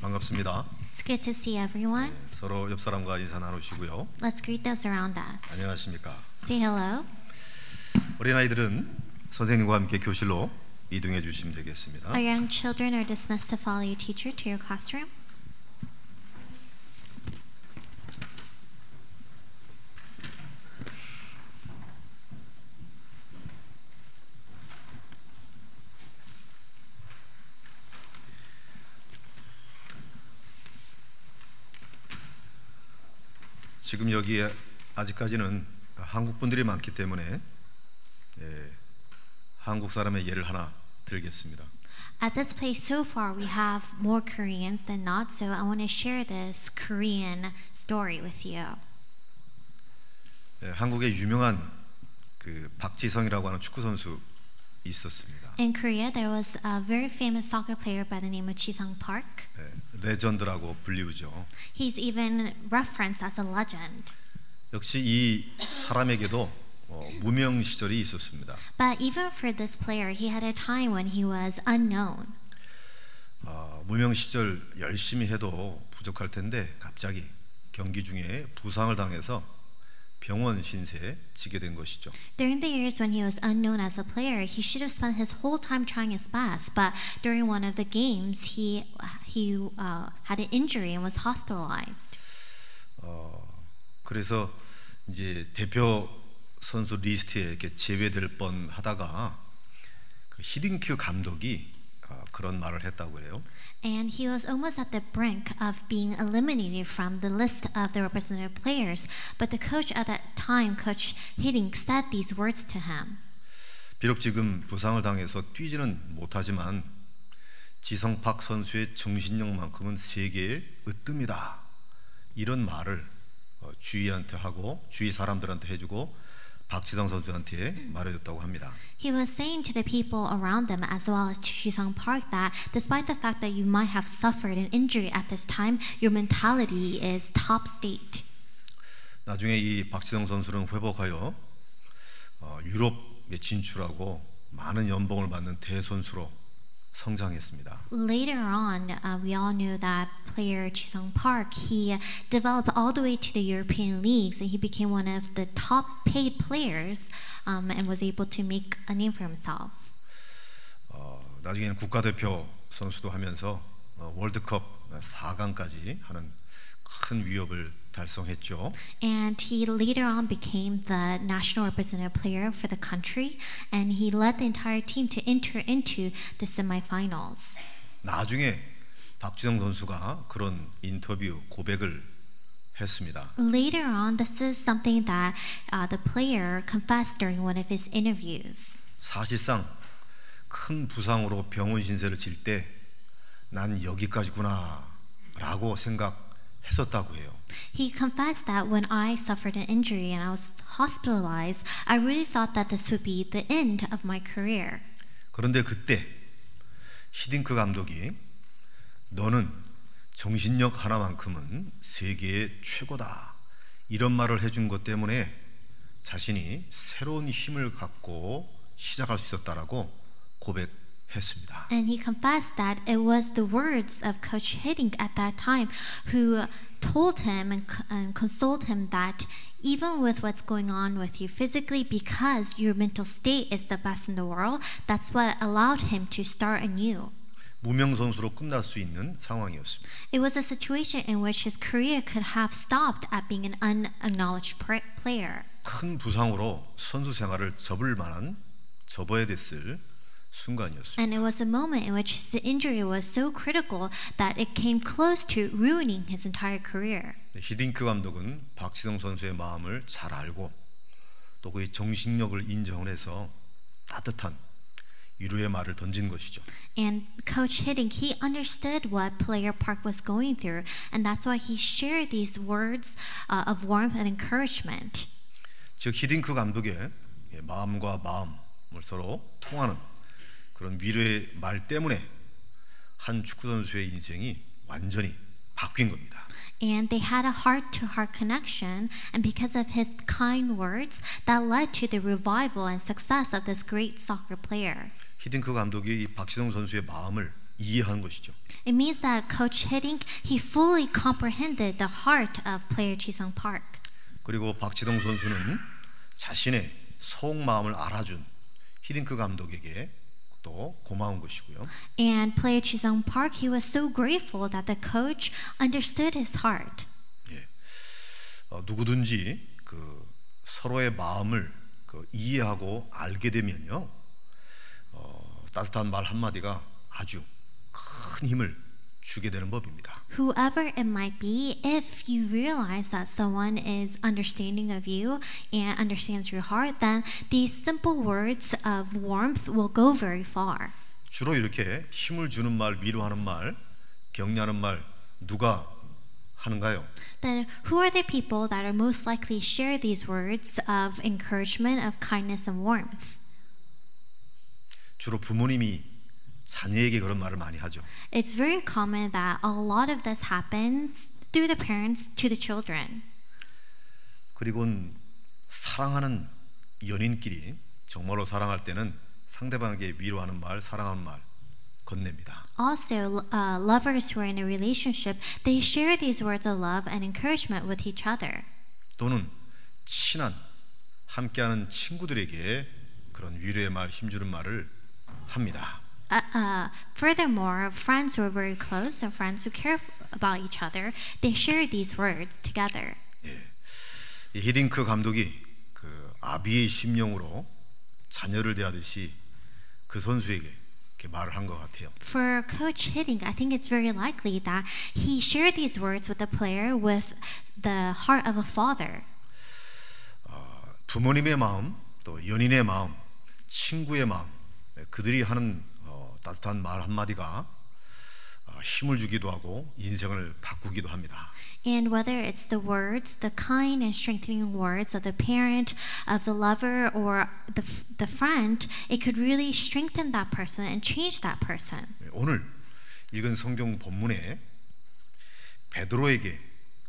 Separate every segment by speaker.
Speaker 1: 반갑습니다.
Speaker 2: It's good to see everyone.
Speaker 1: 서로 옆 사람과 인사 나누시고요.
Speaker 2: Let's greet those around us.
Speaker 1: 안녕하십니까?
Speaker 2: Say hello.
Speaker 1: 어린 아이들은 선생님과 함께 교실로 이동해 주시면 되겠습니다.
Speaker 2: Our young children are dismissed to follow your teacher to your classroom.
Speaker 1: 지금 여기에 아직까지는 한국 분들이 많기 때문에 예, 한국 사람의 예를 하나 들겠습니다.
Speaker 2: At this place so far, we have more Koreans than not, so I want to share this Korean story with you.
Speaker 1: 예, 한국의 유명한 그 박지성이라고 하는 축구 선수 있었습니다.
Speaker 2: In Korea, there was a very famous soccer player by the name of Chisung Park.
Speaker 1: 예, 레전드라고 불리우죠.
Speaker 2: He's even referenced as a legend.
Speaker 1: 역시 이 사람에게도 어, 무명 시절이 있었습니다.
Speaker 2: But even for this player, he had a time when he was unknown.
Speaker 1: 아, 무명 시절 열심히 해도 부족할 텐데 갑자기 경기 중에 부상을 당해서 병원 신세에 지게 된 것이죠.
Speaker 2: During the years when he was unknown as a player, he should have spent his whole time trying his best. But during one of the games, he he uh, had an injury and was hospitalized.
Speaker 1: 어, 그래서 이제 대표 선수 리스트에 이렇게 제외될 뻔 하다가 그 히딩큐 감독이 아, 그런 말을 했다고 해요.
Speaker 2: And he was almost at the brink of being eliminated from the list of the representative players. But the coach at that time, Coach Hiddink, said these words to him.
Speaker 1: 비록 지금 부상을 당해서 뛰지는 못하지만 지성팍 선수의 정신력만큼은 세계에 으뜸이다. 이런 말을 어, 주위한테 하고 주위 사람들한테 해주고 박지성 선수한테 말해줬다고 합니다.
Speaker 2: He was saying to the people around them as well as to Shisung Park that despite the fact that you might have suffered an injury at this time, your mentality is top state.
Speaker 1: 나중에 이 박지성 선수는 회복하여 어, 유럽에 진출하고 많은 연봉을 받는 대선수로 성장했습니다.
Speaker 2: Later on, uh, we all knew that player Chisung Park, he developed all the way to the European leagues and he became one of the top paid players um, and was able to make a name for himself.
Speaker 1: 어, 나중에는 국가대표 선수도 하면서 어, 월드컵 4강까지 하는 큰 위협을 달성했죠.
Speaker 2: And he later on became the national representative player for the country and he led the entire team to enter into the semifinals.
Speaker 1: 나중에 박지성 선수가 그런 인터뷰 고백을 했습니다.
Speaker 2: Later on, this is something that uh, the player confessed during one of his interviews.
Speaker 1: 사실상 큰 부상으로 병원 신세를 질 때 난 여기까지구나라고 생각했었다고 해요.
Speaker 2: He confessed that when I suffered an injury and I was hospitalized, I really thought that this would be the end of my career.
Speaker 1: 그런데 그때 히딩크 감독이 너는 정신력 하나만큼은 세계의 최고다 이런 말을 해준 것 때문에 자신이 새로운 힘을 갖고 시작할 수 있었다라고 고백했습니다.
Speaker 2: And he confessed that it was the words of Coach Hiddink at that time who told him and, co- and consoled him that even with what's going on with you physically, because your mental state is the best in the world, that's what allowed him to start anew.
Speaker 1: 무명 선수로 끝날 수 있는 상황이었습니다.
Speaker 2: It was a situation in which his career could have stopped at being an unacknowledged pr- player.
Speaker 1: 큰 부상으로 선수 생활을 접을 만한 접어야 됐을 순간이었습니다.
Speaker 2: And it was a moment in which his injury was so critical that it came close to ruining his entire career.
Speaker 1: 네, 히딩크 감독은 박지성 선수의 마음을 잘 알고 또 그의 정신력을 인정을 해서 따뜻한 위로의 말을 던진 것이죠.
Speaker 2: And Coach Hiddink, he understood what player Park was going through, and that's why he shared these words uh, of warmth and encouragement.
Speaker 1: 즉 히딩크 감독의 예, 마음과 마음을 서로 통하는 그런 위로의 말 때문에 한 축구 선수의 인생이 완전히 바뀐 겁니다.
Speaker 2: And they had a heart to heart connection, and because of his kind words, that led to the revival and success of this great soccer player.
Speaker 1: 히딩크 감독이 이 박지성 선수의 마음을 이해한 것이죠.
Speaker 2: It means that Coach Hiddink he fully comprehended the heart of player Chisung Park.
Speaker 1: 그리고 박지동 선수는 자신의 속마음을 알아준 히딩크 감독에게 또 고마운 것이고요.
Speaker 2: And player Chisung Park he was so grateful that the coach understood his heart.
Speaker 1: 예. 어, 누구든지 그 서로의 마음을 그 이해하고 알게 되면요. 어, 따뜻한 말 한마디가 아주 큰 힘을 주게 되는 법입니다.
Speaker 2: Whoever it might be, if you realize that someone is understanding of you and understands your heart, then these simple words of warmth will go very far.
Speaker 1: 주로 이렇게 힘을 주는 말, 위로하는 말, 격려하는 말 누가 하는가요?
Speaker 2: Then, who are the people that are most likely share these words of encouragement, of kindness, and warmth?
Speaker 1: 주로 부모님이 자녀에게 그런 말을 많이 하죠.
Speaker 2: It's very common that a lot of this happens through the parents to the children.
Speaker 1: 그리고는 사랑하는 연인끼리 정말로 사랑할 때는 상대방에게 위로하는 말, 사랑하는 말 건넵니다.
Speaker 2: Also, uh, lovers who are in a relationship, they share these words of love and encouragement with each other.
Speaker 1: 또는 친한 함께하는 친구들에게 그런 위로의 말, 힘주는 말을 합니다.
Speaker 2: Uh, uh, furthermore, friends who are very close and friends who care about each other, they share these words together.
Speaker 1: 이 히딩크 감독이 그 아비의 심령으로 자녀를 대하듯이 그 선수에게 이렇게 말을 한 것 같아요.
Speaker 2: For Coach Hitting, I think it's very likely that he shared these words with the player with the heart of a father.
Speaker 1: 부모님의 마음, 또 연인의 마음, 친구의 마음, 네, 그들이 하는 어, 따뜻한 말 한마디가 아, 힘을 주기도 하고 인생을 바꾸기도 합니다.
Speaker 2: And whether it's the words, the kind and strengthening words of the parent, of the lover, or the, f- the friend, it could really strengthen that person and change that person.
Speaker 1: 네, 오늘 읽은 성경 본문에 베드로에게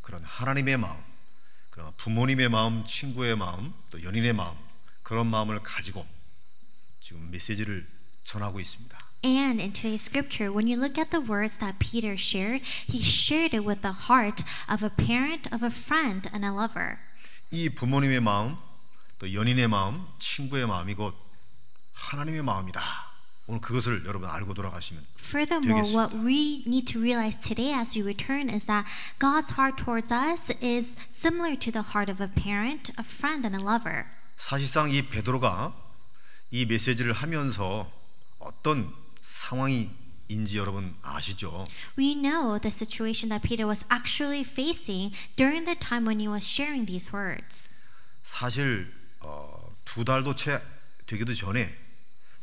Speaker 1: 그런 하나님의 마음, 그 부모님의 마음, 친구의 마음, 또 연인의 마음 그런 마음을 가지고 지금 메시지를 전하고 있습니다.
Speaker 2: And in today's scripture, when you look at the words that Peter shared, he shared it with the heart of a parent, of a friend, and a lover.
Speaker 1: 이 부모님의 마음, 또 연인의 마음, 친구의 마음이 곧 하나님의 마음이다. 오늘 그것을 여러분 알고 돌아가시면
Speaker 2: Furthermore,
Speaker 1: 되겠습니다.
Speaker 2: what we need to realize today as we return is that God's heart towards us is similar to the heart of a parent, a friend, and a lover.
Speaker 1: 사실상 이 베드로가 이 메시지를 하면서 어떤 상황인지 여러분 아시죠?
Speaker 2: We know the situation that Peter was actually facing during the time when he was sharing these words.
Speaker 1: 사실 어, 두 달도 채 되기도 전에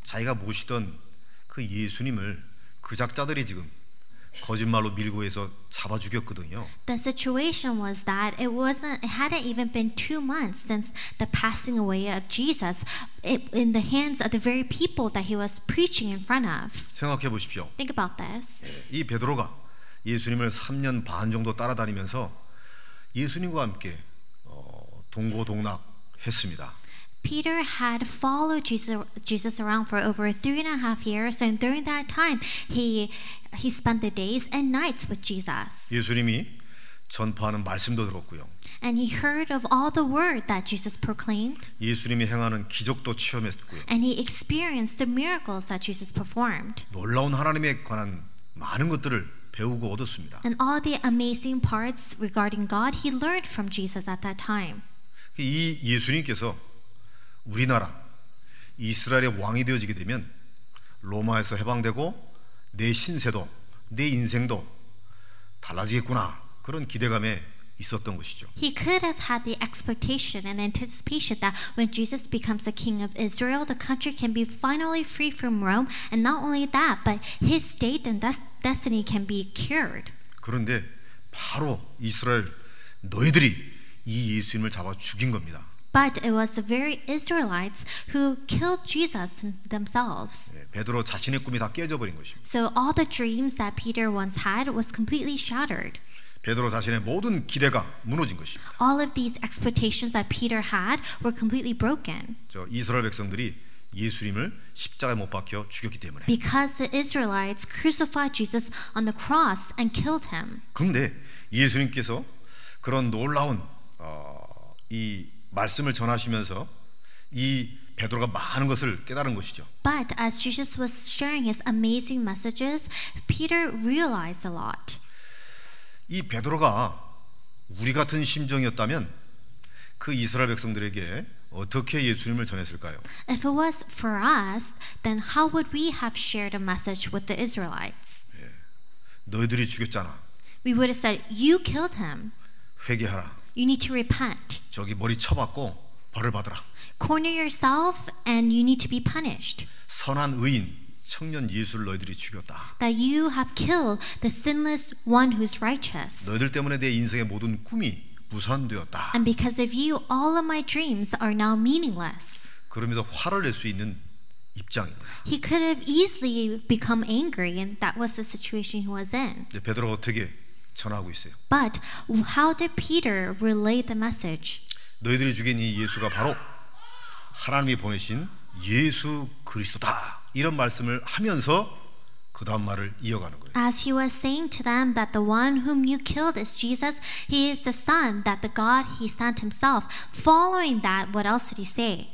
Speaker 1: 자기가 모시던 그 예수님을 그 작자들이 지금 거짓말로 밀고 해서 잡아 죽였거든요.
Speaker 2: The situation was that it wasn't it hadn't even been 2 months since the passing away of Jesus it, in the hands of the very people that he was preaching in front of.
Speaker 1: 생각해 보십시오.
Speaker 2: Think about this.
Speaker 1: 이 베드로가 예수님을 3년 반 정도 따라다니면서 예수님과 함께 어, 동고동락했습니다.
Speaker 2: Peter had followed Jesus, Jesus around for over three and a half years, and during that time, he he spent the days and nights with Jesus,
Speaker 1: 예수님이 전파하는 말씀도 들었고요.
Speaker 2: and he heard of all the word that Jesus proclaimed,
Speaker 1: 예수님이 행하는 기적도 체험했고요.
Speaker 2: and he experienced the miracles that Jesus performed,
Speaker 1: 놀라운 하나님에 관한 많은 것들을 배우고 얻었습니다.
Speaker 2: and all the amazing parts regarding God he learned from Jesus at that time.
Speaker 1: 그 이 예수님께서 우리나라 이스라엘의 왕이 되어지게 되면 로마에서 해방되고 내 신세도 내 인생도 달라지겠구나 그런 기대감에 있었던 것이죠.
Speaker 2: He could have had the expectation and anticipation that when Jesus becomes the king of Israel, the country can be finally free from Rome, and not only that, but his state and des- destiny can be cured.
Speaker 1: 그런데 바로 이스라엘 너희들이 이 예수님을 잡아 죽인 겁니다.
Speaker 2: But it was the very Israelites who killed Jesus themselves.
Speaker 1: 예, 베드로 자신의 꿈이 다 깨져버린 것입니다.
Speaker 2: So all the dreams that Peter once had was completely shattered.
Speaker 1: 베드로 자신의 모든 기대가 무너진 것입니다.
Speaker 2: All of these expectations that Peter had were completely broken.
Speaker 1: 저 이스라엘 백성들이 예수님을 십자가에 못 박혀 죽였기 때문에.
Speaker 2: because the Israelites crucified Jesus on the cross and killed him.
Speaker 1: 그런데 예수님께서 그런 놀라운 어, 이 말씀을 전하시면서 이 베드로가 많은 것을 깨달은 것이죠.
Speaker 2: But as Jesus was sharing his amazing messages, Peter realized a lot.
Speaker 1: 이 베드로가 우리 같은 심정이었다면 그 이스라엘 백성들에게 어떻게 예수님을 전했을까요?
Speaker 2: If it was for us, then how would we have shared a message with the Israelites?
Speaker 1: 너희들이 죽였잖아.
Speaker 2: We would have said, You killed him.
Speaker 1: 회개하라.
Speaker 2: You need to repent.
Speaker 1: 저기 머리 쳐박고 벌을 받으라.
Speaker 2: Corner yourself and you need to be punished.
Speaker 1: 선한 의인 청년 예수를 너희들이 죽였다.
Speaker 2: That you have killed the sinless one who's righteous.
Speaker 1: 너희들 때문에 내 인생의 모든 꿈이 무산되었다.
Speaker 2: And because of you, all of my dreams are now meaningless.
Speaker 1: 그러면서 화를 낼 수 있는 입장입니다.
Speaker 2: He could have easily become angry, and that was the situation he was in.
Speaker 1: 이제 베드로가 어떻게 전하고 있어요?
Speaker 2: But how did Peter relay the message?
Speaker 1: 너희들이 죽인 이 예수가 바로 하나님이 보내신 예수 그리스도다. 이런 말씀을 하면서 그 다음 말을 이어가는 거예요.
Speaker 2: As he was saying to them that the one whom you killed is Jesus, he is the Son that the God he sent himself. Following that, what else did he say?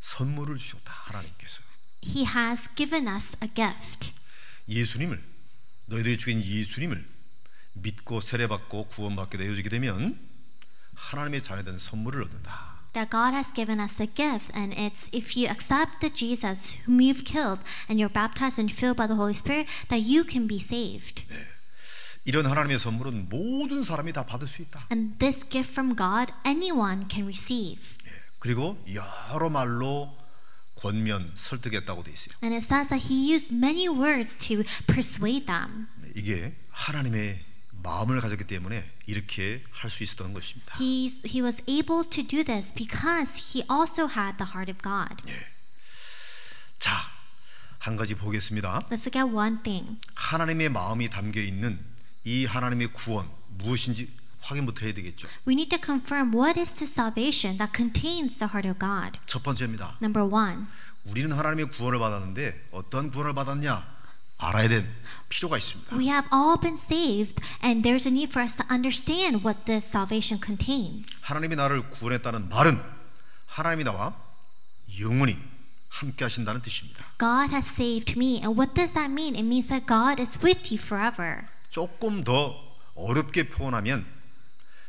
Speaker 1: 선물을 주셨다. 하나님께서
Speaker 2: He has given us a gift.
Speaker 1: 예수님을 너희들이 죽인 예수님을 믿고 세례받고 구원받게 되어지게 되면 하나님의 자녀된 선물을 얻는다.
Speaker 2: That God has given us a gift, and it's if you accept the Jesus whom you've killed and you're baptized and filled by the Holy Spirit, that you can be saved.
Speaker 1: 이런 하나님의 선물은 모든 사람이 다 받을 수 있다.
Speaker 2: And this gift from God, anyone can receive.
Speaker 1: 예. 그리고 여러 말로 권면 설득했다고 돼 있어요.
Speaker 2: And it says that he used many words to persuade them.
Speaker 1: 이게 하나님의 마음을 가졌기 때문에 이렇게 할 수 있었던 것입니다.
Speaker 2: He's, he was able to do this because he also had the heart of God.
Speaker 1: 자, 한 가지 보겠습니다.
Speaker 2: Let's look at one thing.
Speaker 1: 하나님의 마음이 담겨 있는 이 하나님의 구원 무엇인지 확인부터 해야 되겠죠.
Speaker 2: We need to confirm what is the salvation that contains the heart of God.
Speaker 1: 첫 번째입니다.
Speaker 2: Number one,
Speaker 1: 우리는 하나님의 구원을 받았는데 어떤 구원을 받았냐 알아야 될 필요가 있습니다.
Speaker 2: we have all been saved, and there's a need for us to understand what this salvation contains.
Speaker 1: 하나님이 나를 구원했다는 말은 하나님이 나와 영원히 함께 하신다는 뜻입니다.
Speaker 2: God has saved me, and what does that mean? It means that God is with you forever.
Speaker 1: 조금 더 어렵게 표현하면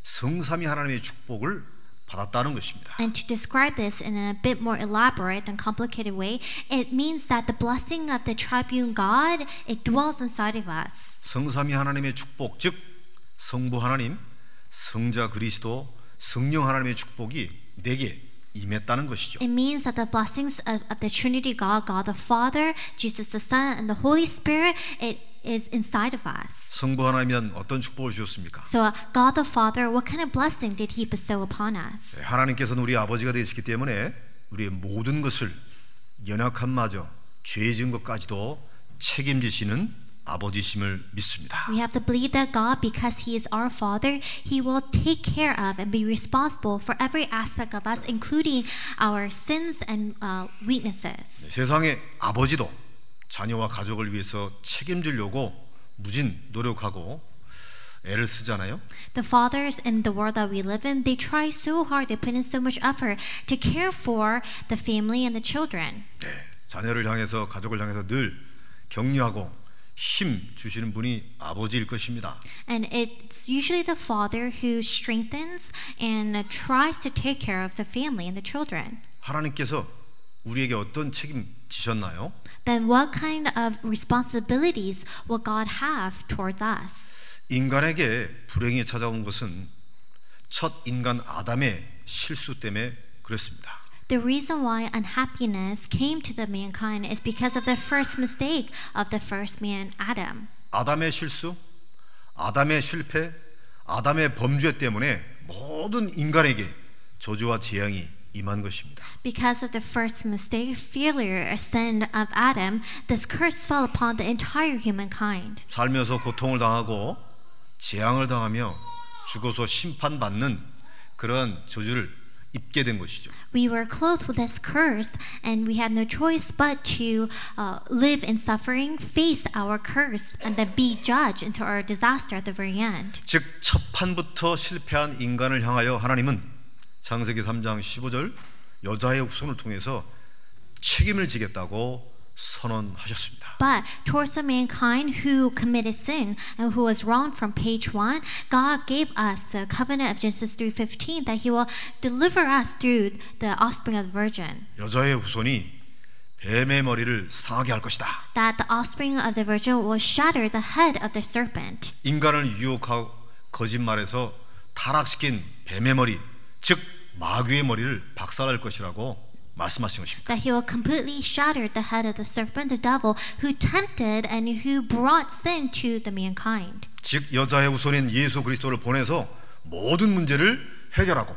Speaker 1: 성삼위 하나님의 축복을 받았다는 것입니다.
Speaker 2: And to describe this in a bit more elaborate and complicated way, it means that the blessing of the triune God, it dwells inside of us.
Speaker 1: 성삼위 하나님의 축복 즉 성부 하나님, 성자 그리스도, 성령 하나님의 축복이 내게 임했다는 것이죠.
Speaker 2: It means that the blessings of, of the Trinity God, God the Father, Jesus the Son, and the Holy Spirit, it is inside of us.
Speaker 1: 성부 하나님은 어떤 축복을 주셨습니까?
Speaker 2: So, uh, God the Father, what kind of blessing did He bestow upon us?
Speaker 1: 하나님께서는 우리 아버지가 되시기 때문에 우리의 모든 것을 연약함마저 죄진 것까지도 책임지시는 아버지심을 믿습니다.
Speaker 2: We have to believe that God, because He is our Father, He will take care of and be responsible for every aspect of us, including our sins and uh, weaknesses.
Speaker 1: 세상의 아버지도 자녀와 가족을 위해서 책임지려고 무진 노력하고 애를 쓰잖아요.
Speaker 2: The fathers in the world that we live in, they try so hard, they put in so much effort to care for the family and the children.
Speaker 1: 자녀를 향해서 가족을 향해서 늘 격려하고 힘 주시는 분이 아버지일 것입니다.
Speaker 2: And it's usually the father who strengthens and uh, tries to take care of the family and the children.
Speaker 1: 하나님께서 우리에게 어떤 책임 지셨나요?
Speaker 2: Then, what kind of responsibilities will God have towards us?
Speaker 1: 인간에게 불행이 찾아온 것은 첫 인간 아담의 실수 때문에 그랬습니다.
Speaker 2: The reason why unhappiness came to the mankind is because of the first mistake of the first man, Adam.
Speaker 1: 아담의 실수, 아담의 실패, 아담의 범죄 때문에 모든 인간에게 저주와 재앙이 임한 것입니다.
Speaker 2: Because of the first mistake, failure, or sin of Adam, this curse fell upon the entire humankind.
Speaker 1: 살면서 고통을 당하고 재앙을 당하며 죽어서 심판받는 그런 저주를 입게 된 것이죠.
Speaker 2: We were clothed with this curse, and we had no choice but to uh, live in suffering, face our curse, and then be judged into our disaster at the very end.
Speaker 1: 즉 첫판부터 실패한 인간을 향하여 하나님은 창세기 3장 15절 여자의 후손을 통해서 책임을 지겠다고 선언하셨습니다.
Speaker 2: But towards the mankind who committed sin and who was wronged from page one, God gave us the covenant of Genesis 3:15 that He will deliver us through the offspring of the virgin.
Speaker 1: 여자의 후손이 뱀의 머리를 상하게 할 것이다.
Speaker 2: That the offspring of the virgin will shatter the head of the serpent.
Speaker 1: 인간을 유혹하고 거짓말에서 타락시킨 뱀의 머리, 즉 마귀의 머리를 박살할 것이라고 말씀하신 것입니다.
Speaker 2: That he will completely shatter the head of the serpent, the devil, who tempted and who brought sin to the mankind.
Speaker 1: 즉 여자의 후손인 예수 그리스도를 보내서 모든 문제를 해결하고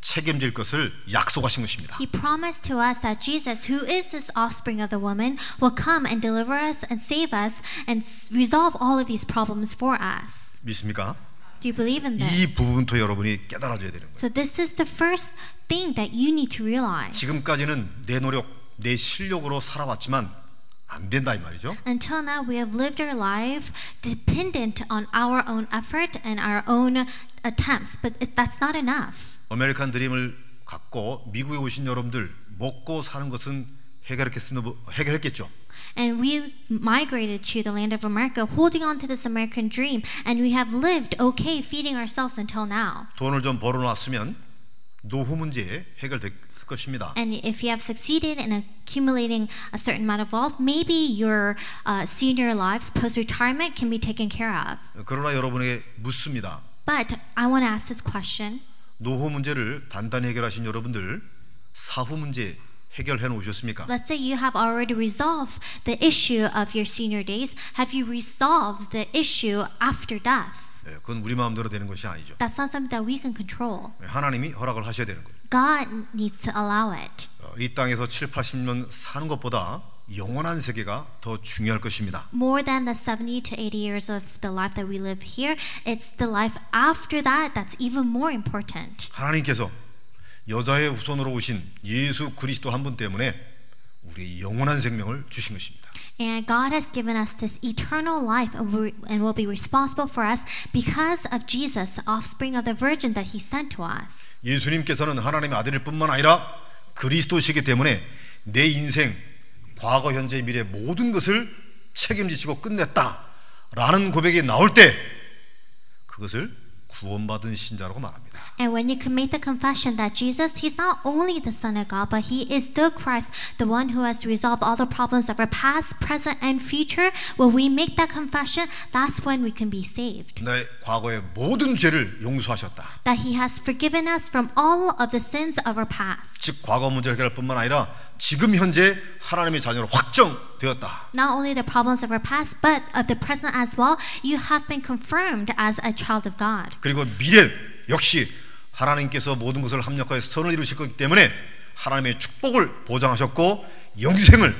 Speaker 1: 책임질 것을 약속하신 것입니다.
Speaker 2: He promised to us that Jesus, who is this offspring of the woman, will come and deliver us and save us and s- resolve all of these problems for us.
Speaker 1: 믿습니까?
Speaker 2: Do you believe in
Speaker 1: 이
Speaker 2: this?
Speaker 1: 부분부터 여러분이 깨달아줘야 되는 거예요.
Speaker 2: So, this is the first thing that you need to realize.
Speaker 1: 지금까지는 내 노력, 내 실력으로 살아왔지만 안 된다 이 말이죠.
Speaker 2: Until now, we have lived our life dependent on our own effort and our own attempts, but it, that's not enough.
Speaker 1: 아메리칸 드림을 갖고 미국에 오신 여러분들 먹고 사는 것은 해결했겠습니다. 해결했겠죠.
Speaker 2: And we migrated to the land of America holding on to this American dream, and we have lived okay feeding ourselves until now.
Speaker 1: 돈을 좀 벌어놨으면 노후 문제 해결됐을 것입니다.
Speaker 2: And if you have succeeded in accumulating a certain amount of wealth, maybe your uh, senior lives post retirement can be taken care of.
Speaker 1: 그러나 여러분에게 묻습니다.
Speaker 2: But I want to ask this question
Speaker 1: 노후 문제를 단단히 해결하신 여러분들 사후 문제 해결해 놓으셨습니까?
Speaker 2: Let's say you have already resolved the issue of your senior days. Have you resolved the issue after death?
Speaker 1: 예, 그건 우리 마음대로 되는 것이 아니죠.
Speaker 2: That's not something that we can control.
Speaker 1: 예, 하나님이 허락을 하셔야 되는 거예요.
Speaker 2: God needs to allow it.
Speaker 1: 어, 이 땅에서 7, 80년 사는 것보다 영원한 세계가 더 중요할 것입니다.
Speaker 2: More than the 70 to 80 years of the life that we live here, it's the life after that that's even more important.
Speaker 1: 하나님께서 여자의 후손으로 오신 예수 그리스도 한 분 때문에 우리 영원한 생명을 주신 것입니다.
Speaker 2: And God has given us this eternal life and will- and will be responsible for us because of Jesus, the offspring of the virgin that he sent to us.
Speaker 1: 예수님께서는 하나님의 아들일 뿐만 아니라 그리스도시기 때문에 내 인생, 과거, 현재, 미래 모든 것을 책임지시고 끝냈다라는 고백이 나올 때 그것을 구원받은 신자라고 말합니다.
Speaker 2: And when you can make the confession that Jesus, he's not only the Son of God, but he is the Christ, the one who has resolved all the problems of our past, present, and future, when we make that confession, that's when we can be saved.
Speaker 1: 내 과거의 모든 죄를 용서하셨다.
Speaker 2: That he has forgiven us from all of the sins of our past.
Speaker 1: 즉 과거 문제를 해결할 뿐만 아니라 지금 현재 하나님의 자녀로 확정되었다.
Speaker 2: Not only the problems of our past, but of the present as well. You have been confirmed as a child of God.
Speaker 1: 그리고 미래 역시 하나님께서 모든 것을 합력하여 선을 이루실 것이기 때문에 하나님의 축복을 보장하셨고 영생을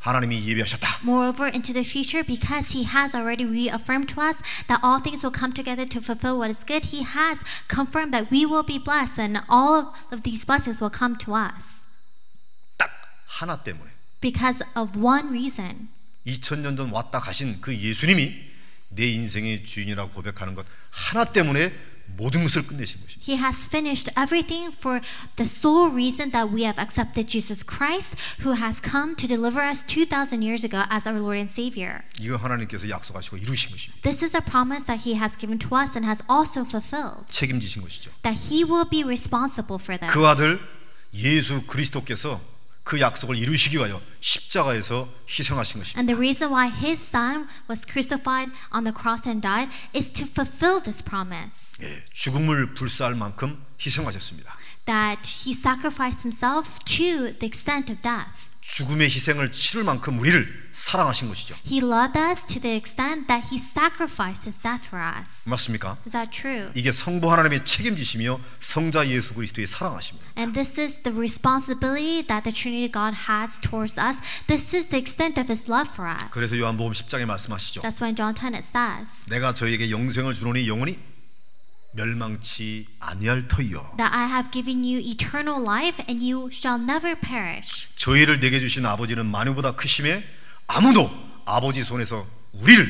Speaker 1: 하나님이 예비하셨다.
Speaker 2: Moreover, into the future, because He has already reaffirmed to us that all things will come together to fulfill what is good, He has confirmed that we will be blessed and all of these blessings will come to us
Speaker 1: 딱 하나 때문에
Speaker 2: because of one reason.
Speaker 1: 2000년 전 왔다 가신 그 예수님이 내 인생의 주인이라고 고백하는 것 하나 때문에 모든 것을 끝내신 것입니다.
Speaker 2: He has finished everything for the sole reason that we have accepted Jesus Christ, who has come to deliver us 2,000 years ago as our Lord and Savior.
Speaker 1: 이거 하나님께서 약속하시고 이루신 것입니다.
Speaker 2: This is a promise that He has given to us and has also fulfilled,
Speaker 1: 책임지신 것이죠.
Speaker 2: that He will be responsible for this.
Speaker 1: 그 아들 예수 그리스도께서 그 약속을 이루시기 위하여 십자가에서 희생하신 것입니다.
Speaker 2: And the reason why his son was crucified on the cross and died is to fulfill this promise
Speaker 1: 예, 죽음을 불사할 만큼 희생하셨습니다.
Speaker 2: that he sacrificed himself to the extent of death.
Speaker 1: 죽음의 희생을 치를 만큼 우리를 사랑하신 것이죠.
Speaker 2: He loved us to the extent that he sacrificed his death for us.
Speaker 1: 맞습니까?
Speaker 2: Is that true?
Speaker 1: 이게 성부 하나님의 책임지시며 성자 예수 그리스도의 사랑하십니다.
Speaker 2: And this is the responsibility that the Trinity God has towards us. This is the extent of his love for us.
Speaker 1: 그래서 요한복음 10장에 말씀하시죠.
Speaker 2: That's why in John 10 it says,
Speaker 1: 내가 저에게 영생을 주노니 영원히 멸망치 아니할 터이요.
Speaker 2: that I have given you eternal life and you shall never perish.
Speaker 1: 저희를 내게 주신 아버지는 만유보다 크심에 아무도 아버지 손에서 우리를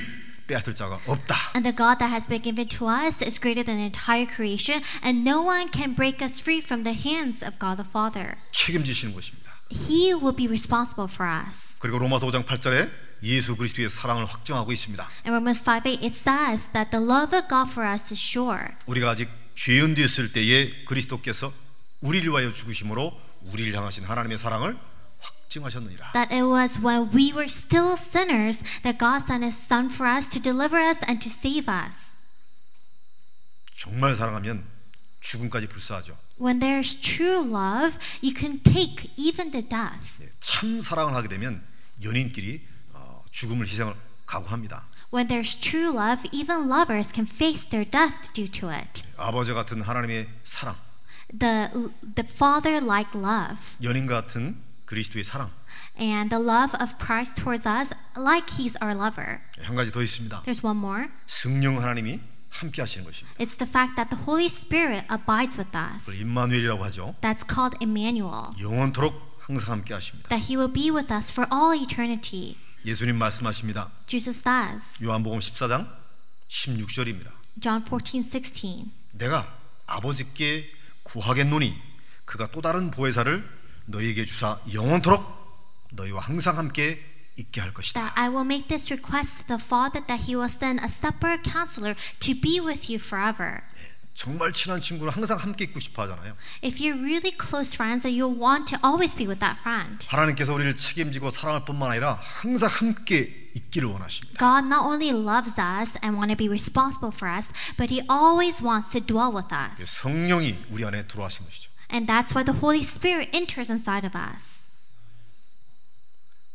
Speaker 1: 빼앗을 자가 없다.
Speaker 2: And the God that has been given to us is greater than the entire creation, and no one can break us free from the hands of God the Father.
Speaker 1: 책임지시는 것입니다.
Speaker 2: He will be responsible for us.
Speaker 1: 그리고 로마서 5장 8절에 예수 그리스도의 사랑을 확증하고 있습니다.
Speaker 2: In Romans 5 8, it says that the love of God for us is sure.
Speaker 1: 우리가 아직 죄인 되었을 때에 그리스도께서 우리를 위하여 죽으심으로 우리를 향하신 하나님의 사랑을 확증하셨느니라.
Speaker 2: That it was when we were still sinners that God sent His Son for us to deliver us and to save us.
Speaker 1: 정말 사랑하면 죽음까지 불사하죠.
Speaker 2: When there's true love, you can take even the death.
Speaker 1: 예, 참 사랑을 하게 되면 연인끼리 어, 죽음을 희생을 각오합니다.
Speaker 2: When there's true love, even lovers can face their death due to it.
Speaker 1: 아버지 같은 하나님의 사랑,
Speaker 2: The, the Father like love
Speaker 1: 연인 같은 그리스도의 사랑.
Speaker 2: and the love of Christ towards us, like He's our lover.
Speaker 1: 예, 한 가지 더 있습니다.
Speaker 2: There's one more
Speaker 1: 성령 하나님이 함께 하시는 것입니다.
Speaker 2: it's the fact that the Holy Spirit abides with us.
Speaker 1: 그걸 임마누엘이라고 하죠.
Speaker 2: That's called Emmanuel,
Speaker 1: 영원토록 항상 함께 하십니다.
Speaker 2: that He will be with us for all eternity.
Speaker 1: 예수님 말씀하십니다.
Speaker 2: Jesus says,
Speaker 1: 요한복음 14장 16절입니다.
Speaker 2: John 14, 16,
Speaker 1: 내가 아버지께 구하겠노니 그가 또 다른 보혜사를 너희에게 주사 영원토록 너희와 항상 함께 있게 할
Speaker 2: that
Speaker 1: 것이다.
Speaker 2: I will make this request to the Father that He will send a separate counselor to be with you forever.
Speaker 1: 정말 친한 친구는 항상 함께 있고 싶어 하잖아요.
Speaker 2: If you're really close friends, then you'll want to always be with that friend.
Speaker 1: 하나님께서 우리를 책임지고 사랑할 뿐만 아니라 항상 함께 있기를 원하십니다.
Speaker 2: God not only loves us and want to be responsible for us, but He always wants to dwell with us.
Speaker 1: 그 성령이 우리 안에 들어하신 것이죠.
Speaker 2: And that's why the Holy Spirit enters inside of us.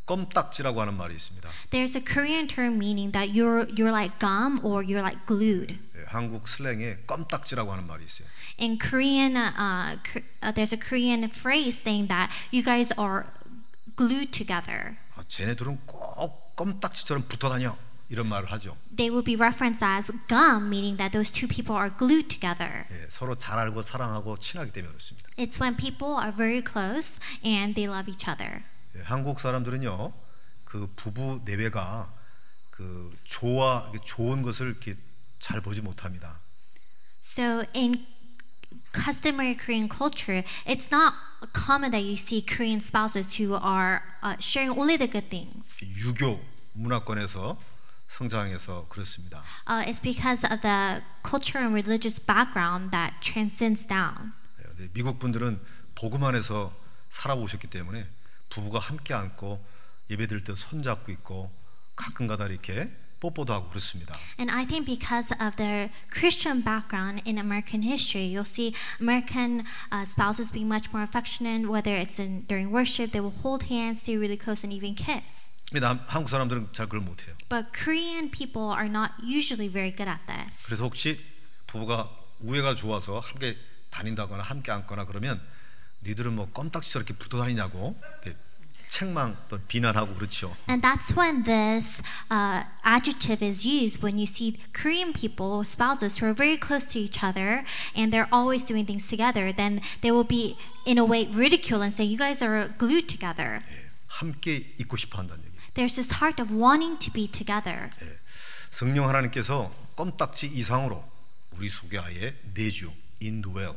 Speaker 1: 껌딱지라고 하는 말이 있습니다.
Speaker 2: There's a Korean term meaning that you're you're like gum or you're like glued.
Speaker 1: 예, 한국 슬랭에 껌딱지라고 하는 말이 있어요.
Speaker 2: In Korean, uh, Kor- uh, there's a Korean phrase saying that you guys are glued together.
Speaker 1: 아, 쟤네들은 꼭 껌딱지처럼 붙어 다녀 이런 말을 하죠.
Speaker 2: They will be referenced as gum, meaning that those two people are glued together.
Speaker 1: 예, 서로 잘 알고 사랑하고 친하기 때문에 그렇습니다.
Speaker 2: It's when people are very close and they love each other.
Speaker 1: 예, 한국 사람들은요, 그 부부 내외가 그 좋아 이렇게 좋은 것을 이렇게 잘 보지 못합니다.
Speaker 2: So in customary Korean culture, it's not common that you see Korean spouses who are uh, sharing only the good things.
Speaker 1: 유교 문화권에서 성장해서 그렇습니다.
Speaker 2: Uh, it's because of the culture and religious background that transcends down.
Speaker 1: 예, 근데 미국 분들은 복음 안에서 살아오셨기 때문에 부부가 함께 앉고 예배 드릴 때 손잡고 있고 가끔가다 이렇게 뽀뽀도 하고 그렇습니다.
Speaker 2: And I think because of their Christian background in American history, you'll see American uh, spouses being much more affectionate, whether it's in, during worship, they will hold hands, stay really close, and even kiss.
Speaker 1: 근데 남- 한국 사람들은 잘 그걸 못해요.
Speaker 2: But Korean people are not usually very good at this.
Speaker 1: 그래서 혹시 부부가 우애가 좋아서 함께 다닌다거나 함께 앉거나 그러면 니들은 뭐 껌딱지 저렇게 붙어 다니냐고 이렇게 책망 또 비난하고 그렇죠.
Speaker 2: And that's when this uh, adjective is used when you see Korean people, spouses who are very close to each other and they're always doing things together, then they will be, in a way, ridiculed and say, You guys are glued together.
Speaker 1: 예, 함께 있고 싶어 한다는 얘기.
Speaker 2: There's this heart of wanting to be together.
Speaker 1: 예, 성령 하나님께서 껌딱지 이상으로 우리 속에 아예 내주 인도웰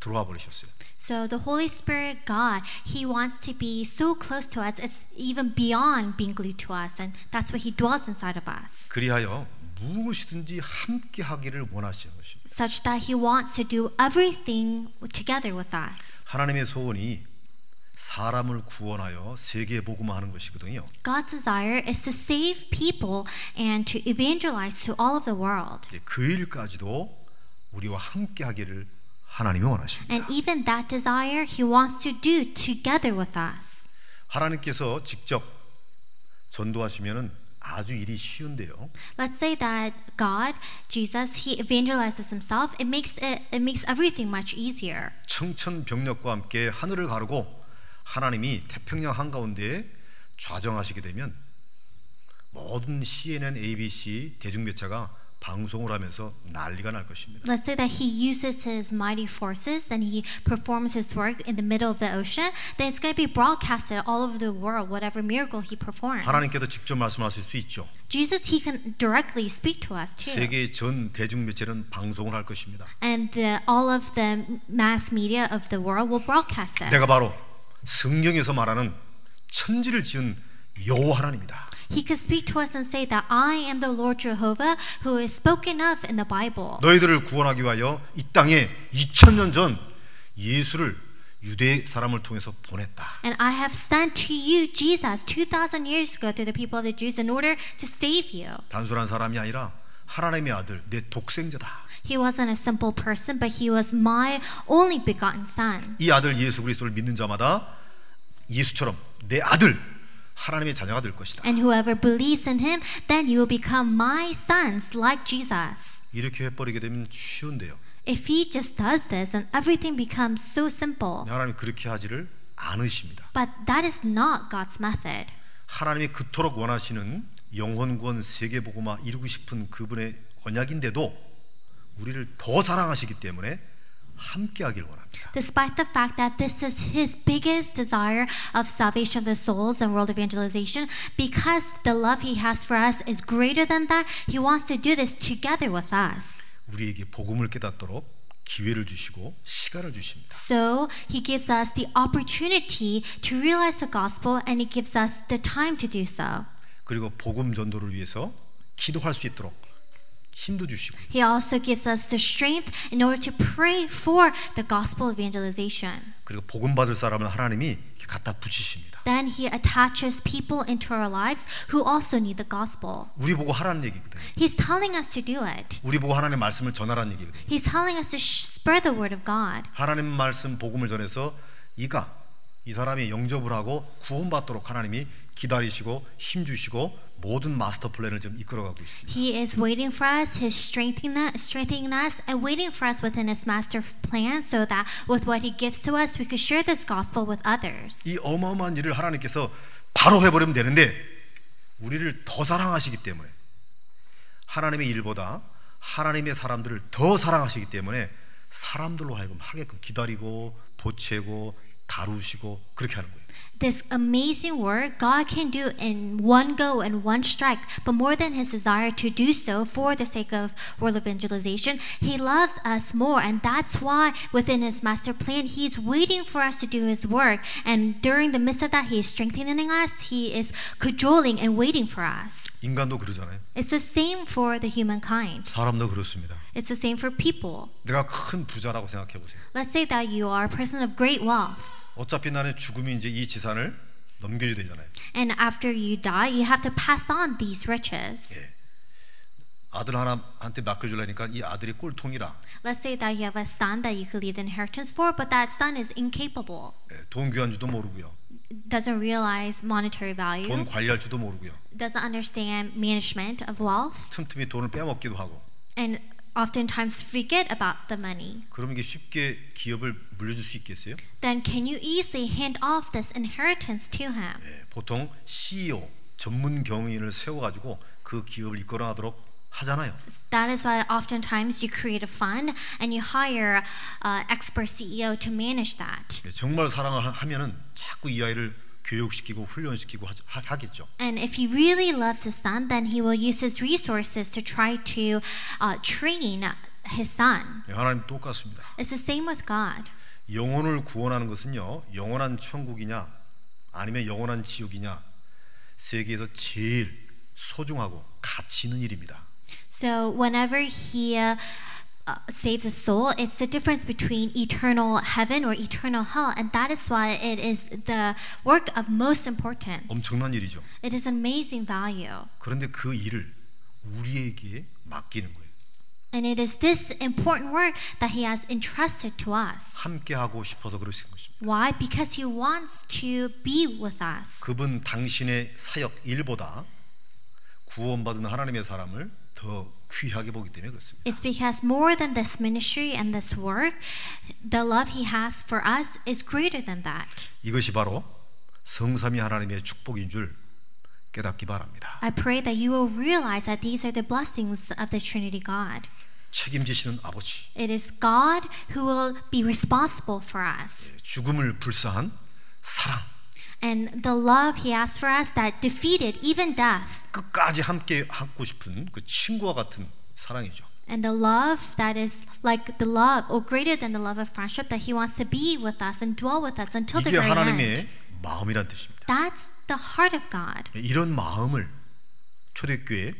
Speaker 1: 들어와 버리셨어요.
Speaker 2: So the Holy Spirit, God, He wants to be so close to us, it's even beyond being glued to us, and that's why He dwells inside of us,
Speaker 1: 그리하여 무엇이든지 함께 하기를 원하시는 것입니다.
Speaker 2: such that He wants to do everything together with us.
Speaker 1: 하나님의 소원이 사람을 구원하여 세계 복음화하는 것이거든요.
Speaker 2: God's desire is to save people and to evangelize to all of the world.
Speaker 1: 이제 그 일까지도 우리와 함께 하기를 하나님이 원하십니다.
Speaker 2: And even that desire, He wants to do together with us.
Speaker 1: 하나님께서 직접 전도하시면은 아주 일이 쉬운데요.
Speaker 2: Let's say that God, Jesus, He evangelizes Himself. It makes it, it makes everything much easier.
Speaker 1: 청천벽력과 함께 하늘을 가르고 하나님이 태평양 한가운데에 좌정하시게 되면 모든 CNN, ABC 대중매체가 방송을 하면서 난리가 날 것입니다.
Speaker 2: Let's say that he uses his mighty forces and he performs his work in the middle of the ocean, then it's going to be broadcasted all over the world, whatever miracle he performs.
Speaker 1: 하나님께서 직접 말씀하실 수 있죠.
Speaker 2: Jesus, he can directly speak to us too.
Speaker 1: 세계 전 대중 매체는 방송을 할 것입니다.
Speaker 2: And the, all of the mass media of the world will broadcast this.
Speaker 1: 내가 바로 성경에서 말하는 천지를 지은 여호와 하나님이다.
Speaker 2: He could speak to us and say that I am the Lord Jehovah who is spoken of in the Bible.
Speaker 1: 너희들을 구원하기 위하여 이 땅에 2000년 전 예수를 유대 사람을 통해서 보냈다.
Speaker 2: And I have sent to you Jesus 2,000 years ago to the people of the Jews in order to save you.
Speaker 1: 단순한 사람이 아니라 하나님의 아들 내 독생자다.
Speaker 2: He wasn't a simple person, but he was my only begotten son.
Speaker 1: 이 아들 예수 그리스도를 믿는 자마다 예수처럼 내 아들 하나님의 자녀가 될 것이다.
Speaker 2: And whoever believes in him, then you will become my sons like Jesus.
Speaker 1: 이렇게 해버리게 되면 쉬운데요.
Speaker 2: If he just does this, then everything becomes so simple.
Speaker 1: 하나님 그렇게 하지를 않으십니다.
Speaker 2: But that is not God's method.
Speaker 1: 하나님이 그토록 원하시는 영혼 구원 세계 복음화 이루고 싶은 그분의 언약인데도 우리를 더 사랑하시기 때문에 함께 하길 원합니다.
Speaker 2: Despite the fact that this is his biggest desire of salvation of the souls and world evangelization, because the love he has for us is greater than that, he wants to do this together with us.
Speaker 1: 우리에게 복음을 깨닫도록 기회를 주시고 시간을 주십니다.
Speaker 2: So he gives us the opportunity to realize the gospel and he gives us the time to do so.
Speaker 1: 그리고 복음 전도를 위해서 기도할 수 있도록 힘도 주시고
Speaker 2: He also gives us the strength in order to pray for the gospel evangelization.
Speaker 1: 그리고 복음 받을 사람을 하나님이 이렇게 갖다 붙이십니다.
Speaker 2: Then he attaches people into our lives who also need the gospel.
Speaker 1: 우리 보고 하라는 얘기거든요.
Speaker 2: He's telling us to do it.
Speaker 1: 우리 보고 하나님의 말씀을 전하라는 얘기거든요.
Speaker 2: He's telling us to sh- spread the word of God.
Speaker 1: 하나님 말씀 복음을 전해서 이가 이 사람이 영접을 하고 구원받도록 하나님이 기다리시고 힘 주시고 모든 마스터 플랜을 지금 이끌어가고 있습니다.
Speaker 2: He is waiting for us. He's strengthening us, strengthening us, and waiting for us within His master plan, so that with what He gives to us, we could share this gospel with others.
Speaker 1: 이 어마어마한 일을 하나님께서 바로 해버리면 되는데 우리를 더 사랑하시기 때문에 하나님의 일보다 하나님의 사람들을 더 사랑하시기 때문에 사람들로 하여금 하게끔 기다리고 보채고 다루시고 그렇게 하는 거예요.
Speaker 2: This amazing work God can do in one go and one strike, but more than His desire to do so for the sake of world evangelization, He loves us more, and that's why within His master plan, He's waiting for us to do His work. And during the midst of that, He is strengthening us, He is cajoling and waiting for us.
Speaker 1: 인간도 그러잖아요.
Speaker 2: It's the same for the humankind.
Speaker 1: 사람도 그렇습니다.
Speaker 2: It's the same for people.
Speaker 1: 내가 큰 부자라고 생각해 보세요.
Speaker 2: Let's say that you are a person of great wealth.
Speaker 1: 어차피 나는 죽음이 이제 이 재산을 넘겨줘야 되잖아요.
Speaker 2: And after you die, you have to pass on these riches.
Speaker 1: 예. 아들 하나한테 맡겨주려니까 이 아들이 꼴통이라
Speaker 2: Let's say that you have a son that you could leave the inheritance for, but that son is incapable,
Speaker 1: 예, 돈 귀환주도 모르고요.
Speaker 2: doesn't realize monetary value,
Speaker 1: 돈 관리할 줄도 모르고요.
Speaker 2: doesn't understand management of wealth,
Speaker 1: 틈틈이 돈을 빼먹기도 하고
Speaker 2: and oftentimes forget about the money.
Speaker 1: 그러면 이게 쉽게 기업을 물려줄 수 있겠어요?
Speaker 2: Then can you easily hand off this inheritance to him?
Speaker 1: 예, 보통 CEO 전문 경영인을 세워가지고 그 기업을 이끌어가도록 하잖아요.
Speaker 2: That is why oftentimes you create a fund and you hire an expert CEO to manage that.
Speaker 1: 예, 정말 사랑을 하- 하면은 자꾸 이 아이를 교육시키고 훈련시키고 하- 하- 하겠죠.
Speaker 2: And if he really loves his son, then he will use his resources to try to uh, train his son.
Speaker 1: 예, 하나님 똑같습니다.
Speaker 2: It's the same with God.
Speaker 1: 영혼을 구원하는 것은요 영원한 천국이냐 아니면 영원한 지옥이냐 세계에서 제일 소중하고 가치 있는 일입니다.
Speaker 2: So whenever he uh, uh, saves a soul, it's the difference between eternal heaven or eternal hell, and that is why it is the work of most importance.
Speaker 1: 엄청난 일이죠.
Speaker 2: It is amazing value.
Speaker 1: 그런데 그 일을 우리에게 맡기는 거예요.
Speaker 2: And it is this important work that he has entrusted to us.
Speaker 1: 함께 하고 싶어서 그러신 것입니다.
Speaker 2: Why? Because he wants to be with us.
Speaker 1: 그분 당신의 사역 일보다 구원받은 하나님의 사람을 더 귀하게 보기 때문에 그렇습니다.
Speaker 2: It's because more than this ministry and this work, the love he has for us is greater than that.
Speaker 1: 이것이 바로 성삼위 하나님의 축복인 줄 깨닫기 바랍니다.
Speaker 2: I pray that you will realize that these are the blessings of the Trinity God.
Speaker 1: 책임지시는 아버지,
Speaker 2: It is God who will be responsible for us.
Speaker 1: 죽음을 불사한 사랑,
Speaker 2: And the love He has for us that defeated even death.
Speaker 1: 끝까지 함께 하고 싶은 그 친구와 같은 사랑이죠.
Speaker 2: And the love that is like the love or greater than the love of friendship that He wants to be with us and dwell with us until the
Speaker 1: 이게
Speaker 2: very end.
Speaker 1: 하나님의 마음이란 뜻입니다.
Speaker 2: That's the heart of God.
Speaker 1: 이런 마음을 초대교회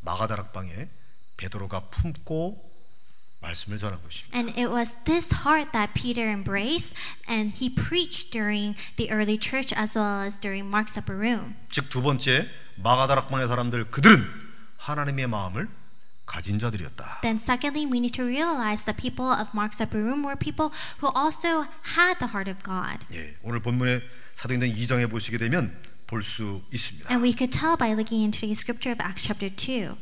Speaker 1: 마가다락방에 베드로가 품고 말씀을 전한 것입니다.
Speaker 2: And it was this heart that Peter embraced and he preached during the early church as well as during Mark's upper room.
Speaker 1: 즉 두 번째 마가다락방의 사람들 그들은 하나님의 마음을 가진 자들이었다.
Speaker 2: Then, secondly, we need to realize the people of Mark's upper room were people who also had the heart of God.
Speaker 1: 예, 오늘 본문의 사도행전 2장에 보시게 되면 볼 수 있습니다.
Speaker 2: And we could tell by looking into the scripture of Acts chapter 2,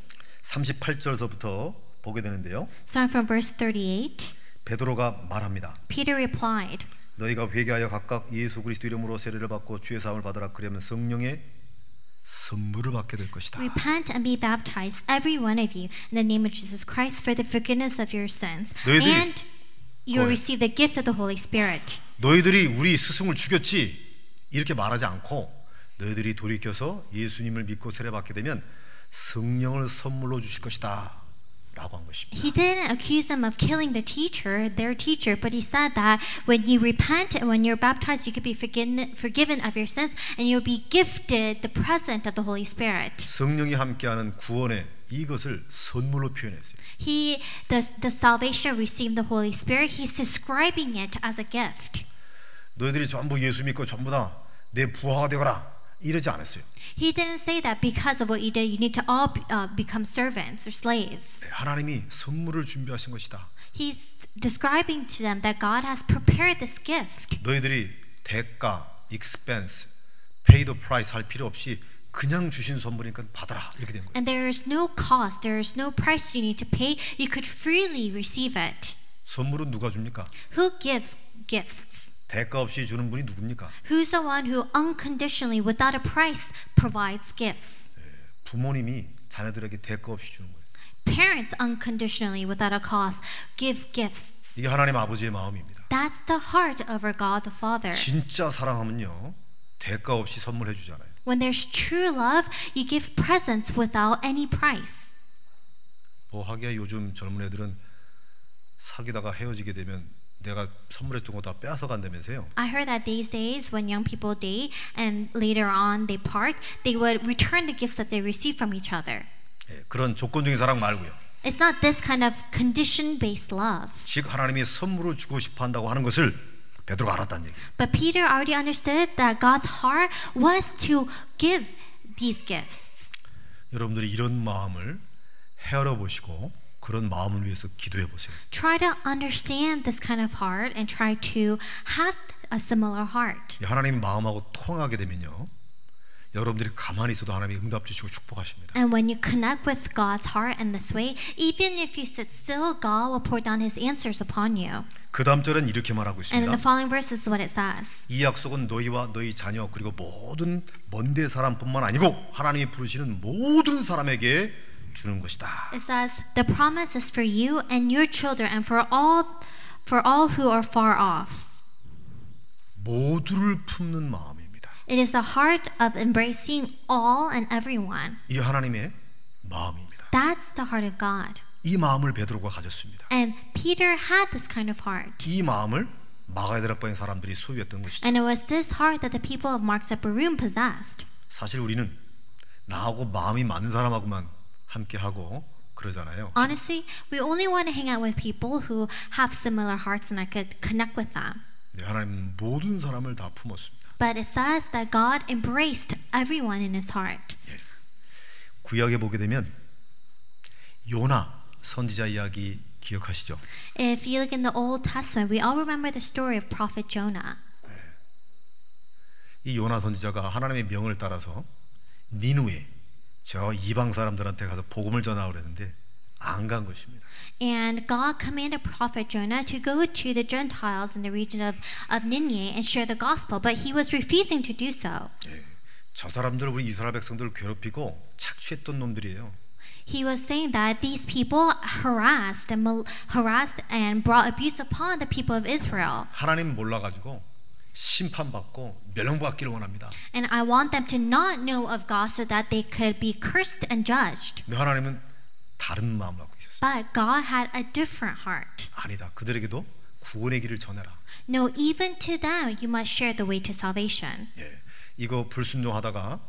Speaker 1: 38절서부터 보게 되는데요.
Speaker 2: starting from verse 38.
Speaker 1: 베드로가 말합니다.
Speaker 2: Peter replied,
Speaker 1: 너희가 회개하여 각각 예수 그리스도 이름으로 세례를 받고 주의 사함을 받으라 그러면 성령의 선물을 받게 될 것이다.
Speaker 2: Repent and be baptized, every one of you, in the name of Jesus Christ for the forgiveness of your sins.
Speaker 1: 너희들이-
Speaker 2: And you'll
Speaker 1: Go ahead.
Speaker 2: receive the gift of the Holy Spirit.
Speaker 1: 너희들이 우리 스승을 죽였지 이렇게 말하지 않고 너희들이 돌이켜서 예수님을 믿고 세례받게 되면 성령을 선물로 주실 것이다 라고 한 것입니다
Speaker 2: He didn't accuse them of killing the teacher, their teacher, but he said that when you repent and when you're baptized, you could be forgiven, forgiven of your sins and you'll be gifted the present of the Holy Spirit.
Speaker 1: 성령이 함께하는 구원의 이것을 선물로 표현했어요
Speaker 2: He, the, the salvation received the Holy Spirit, he's describing it as a gift.
Speaker 1: 너희들이 전부 예수 믿고 전부 다 내 부하가 되거라 이러지 않았어요
Speaker 2: He didn't say that because of what you did, you need to all uh, become servants or slaves.
Speaker 1: 네, 하나님이 선물을 준비하신 것이다
Speaker 2: He's describing to them that God has prepared this gift.
Speaker 1: 너희들이 대가, expense, pay the price 할 필요 없이 그냥 주신 선물이니까 받아라 이렇게 된 거예요
Speaker 2: And there is no cost, there is no price you need to pay. You could freely receive it.
Speaker 1: 선물은 누가 줍니까?
Speaker 2: Who gives gifts?
Speaker 1: 대가 없이 주는 분이 누굽니까?
Speaker 2: Who's the one who unconditionally, without a price, provides gifts?
Speaker 1: 부모님이 자녀들에게 대가 없이 주는 거예요.
Speaker 2: Parents unconditionally, without a cost, give gifts.
Speaker 1: 이게 하나님 아버지의 마음입니다.
Speaker 2: That's the heart of our God the Father.
Speaker 1: 진짜 사랑하면요. 대가 없이 선물해 주잖아요.
Speaker 2: When there's true love, you give presents without any price.
Speaker 1: 뭐 하기야 요즘 젊은 애들은 사귀다가 헤어지게 되면 내가 선물했던 거 다 빼앗아 간다면서요.
Speaker 2: I heard that these days, when young people date and later on they part, they would return the gifts that they received from each other.
Speaker 1: 예, 그런 조건적인 사랑 말고요.
Speaker 2: It's not this kind of condition based love.
Speaker 1: 즉 하나님이 선물을 주고 싶어 한다고 하는 것을 베드로가 알았다는 얘기예요.
Speaker 2: But Peter already understood that God's heart was to give these gifts.
Speaker 1: 여러분들이 이런 마음을 헤아려 보시고 그런 마음을 위해서 기도해 보세요.
Speaker 2: Try to understand this kind of heart and try to have a similar heart.
Speaker 1: 이 하나님 마음하고 통하게 되면요. 여러분들이 가만히 있어도 하나님이 응답 주시고 축복하십니다.
Speaker 2: And when you connect with God's heart in this way, even if you sit still, God will pour down his answers upon you.
Speaker 1: 그 다음 절은 이렇게 말하고
Speaker 2: And in
Speaker 1: 있습니다.
Speaker 2: the following verse is what it says.
Speaker 1: 이 약속은 너희와 너희 자녀 그리고 모든 먼데 사람뿐만 아니고 하나님이 부르시는 모든 사람에게 주는 것이다.
Speaker 2: It says, "The promise is for you and your children and for all for all who are far off."
Speaker 1: 모두를 품는 마음입니다.
Speaker 2: It is the heart of embracing all and everyone.
Speaker 1: 이 하나님의 마음입니다.
Speaker 2: That's the heart of God.
Speaker 1: 이 마음을 베드로가 가졌습니다.
Speaker 2: And Peter had this kind of heart.
Speaker 1: 이 마음을 마가다락방의 사람들이 소유했던 것이죠.
Speaker 2: And it was this heart that the people of Mark's upper room possessed.
Speaker 1: 사실 우리는 나하고 마음이 맞는 사람하고만 함께 하고 그러잖아요.
Speaker 2: Honestly, we only want to hang out with people who have similar hearts and I could connect with them.
Speaker 1: 네, 하나님은 모든 사람을 다 품었습니다.
Speaker 2: But it says that God embraced everyone in his heart.
Speaker 1: 구약에 보게 되면 요나 선지자 이야기 기억하시죠?
Speaker 2: If you look in the Old Testament, we all remember the story of Prophet Jonah.
Speaker 1: 이 요나 선지자가 하나님의 명을 따라서 니누에 저 이방 사람들한테 가서 복음을 전하고 그랬는데 안 간 것입니다.
Speaker 2: And God commanded Prophet Jonah to go to the Gentiles in the region of, of Nineveh and share the gospel, but he was refusing to do so.
Speaker 1: 예, 저 사람들 우리 이스라엘 백성들을 괴롭히고 착취했던 놈들이에요.
Speaker 2: He was saying that these people harassed and mal- harassed and brought abuse upon the people of Israel.
Speaker 1: 하나님 몰라 가지고 심판받고 멸망받기를 원합니다.
Speaker 2: And I want them to not know of God so that they could be cursed and judged.
Speaker 1: 근데 하나님은 다른 마음을 갖고 있었어요.
Speaker 2: But God had a different heart.
Speaker 1: 아니다. 그들에게도 구원의 길을 전해라.
Speaker 2: No, even to them, you must share the way to salvation.
Speaker 1: 예. 이거 불순종하다가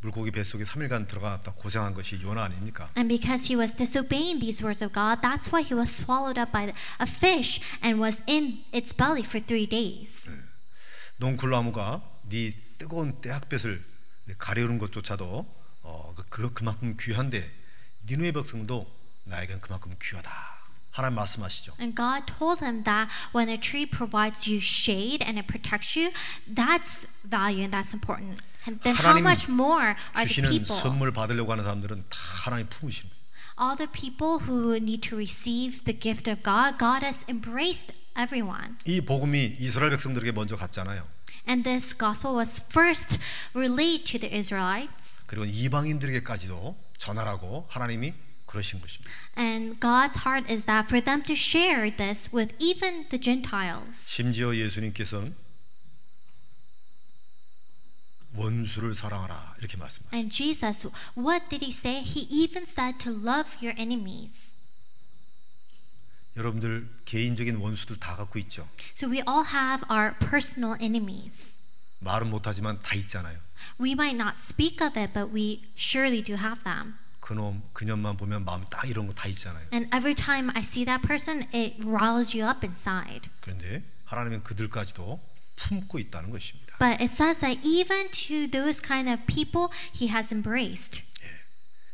Speaker 1: 물고기 뱃속에 3일간 들어갔다 고생한 것이 요나 아닙니까?
Speaker 2: And because he was disobeying these words of God, that's why he was swallowed up by a fish and was in its belly for three days.
Speaker 1: 농굴나무가 네 뜨거운 떼학볕을 네 가려우는 것조차도 어, 그- 그, 그만큼 귀한데 니누의 백성도 나에겐 그만큼 귀하다. 하나님 말씀하시죠.
Speaker 2: And God told him that when a tree provides you shade and it protects you, that's value and that's important. And then how
Speaker 1: 하나님
Speaker 2: much more are the
Speaker 1: 주시는
Speaker 2: people,
Speaker 1: 선물 받으려고 하는 사람들은 다 하나님 품으시는 거예요.
Speaker 2: all the people who need to receive the gift of God? God has embraced everyone.
Speaker 1: 이 복음이 이스라엘 백성들에게 먼저 갔잖아요.
Speaker 2: And this gospel was first relayed to the Israelites.
Speaker 1: 그리고 이방인들에게까지도 전하라고 하나님이 그러신 것입니다.
Speaker 2: And God's heart is that for them to share this with even the Gentiles.
Speaker 1: 심지어 예수님께서는 원수를 사랑하라 이렇게 말씀하세요.
Speaker 2: And Jesus, what did he say? He even said to love your enemies.
Speaker 1: 여러분들 개인적인 원수들 다 갖고 있죠.
Speaker 2: So we all have our personal enemies.
Speaker 1: 말은 못하지만 다 있잖아요.
Speaker 2: We might not speak of it, but we surely do have them.
Speaker 1: 그놈 그년만 보면 마음이 딱 이런 거 다 있잖아요.
Speaker 2: And every time I see that person, it riles you up inside.
Speaker 1: 그런데 하나님은 그들까지도 품고 있다는 것입니다.
Speaker 2: But it says that even to those kind of people, he has embraced.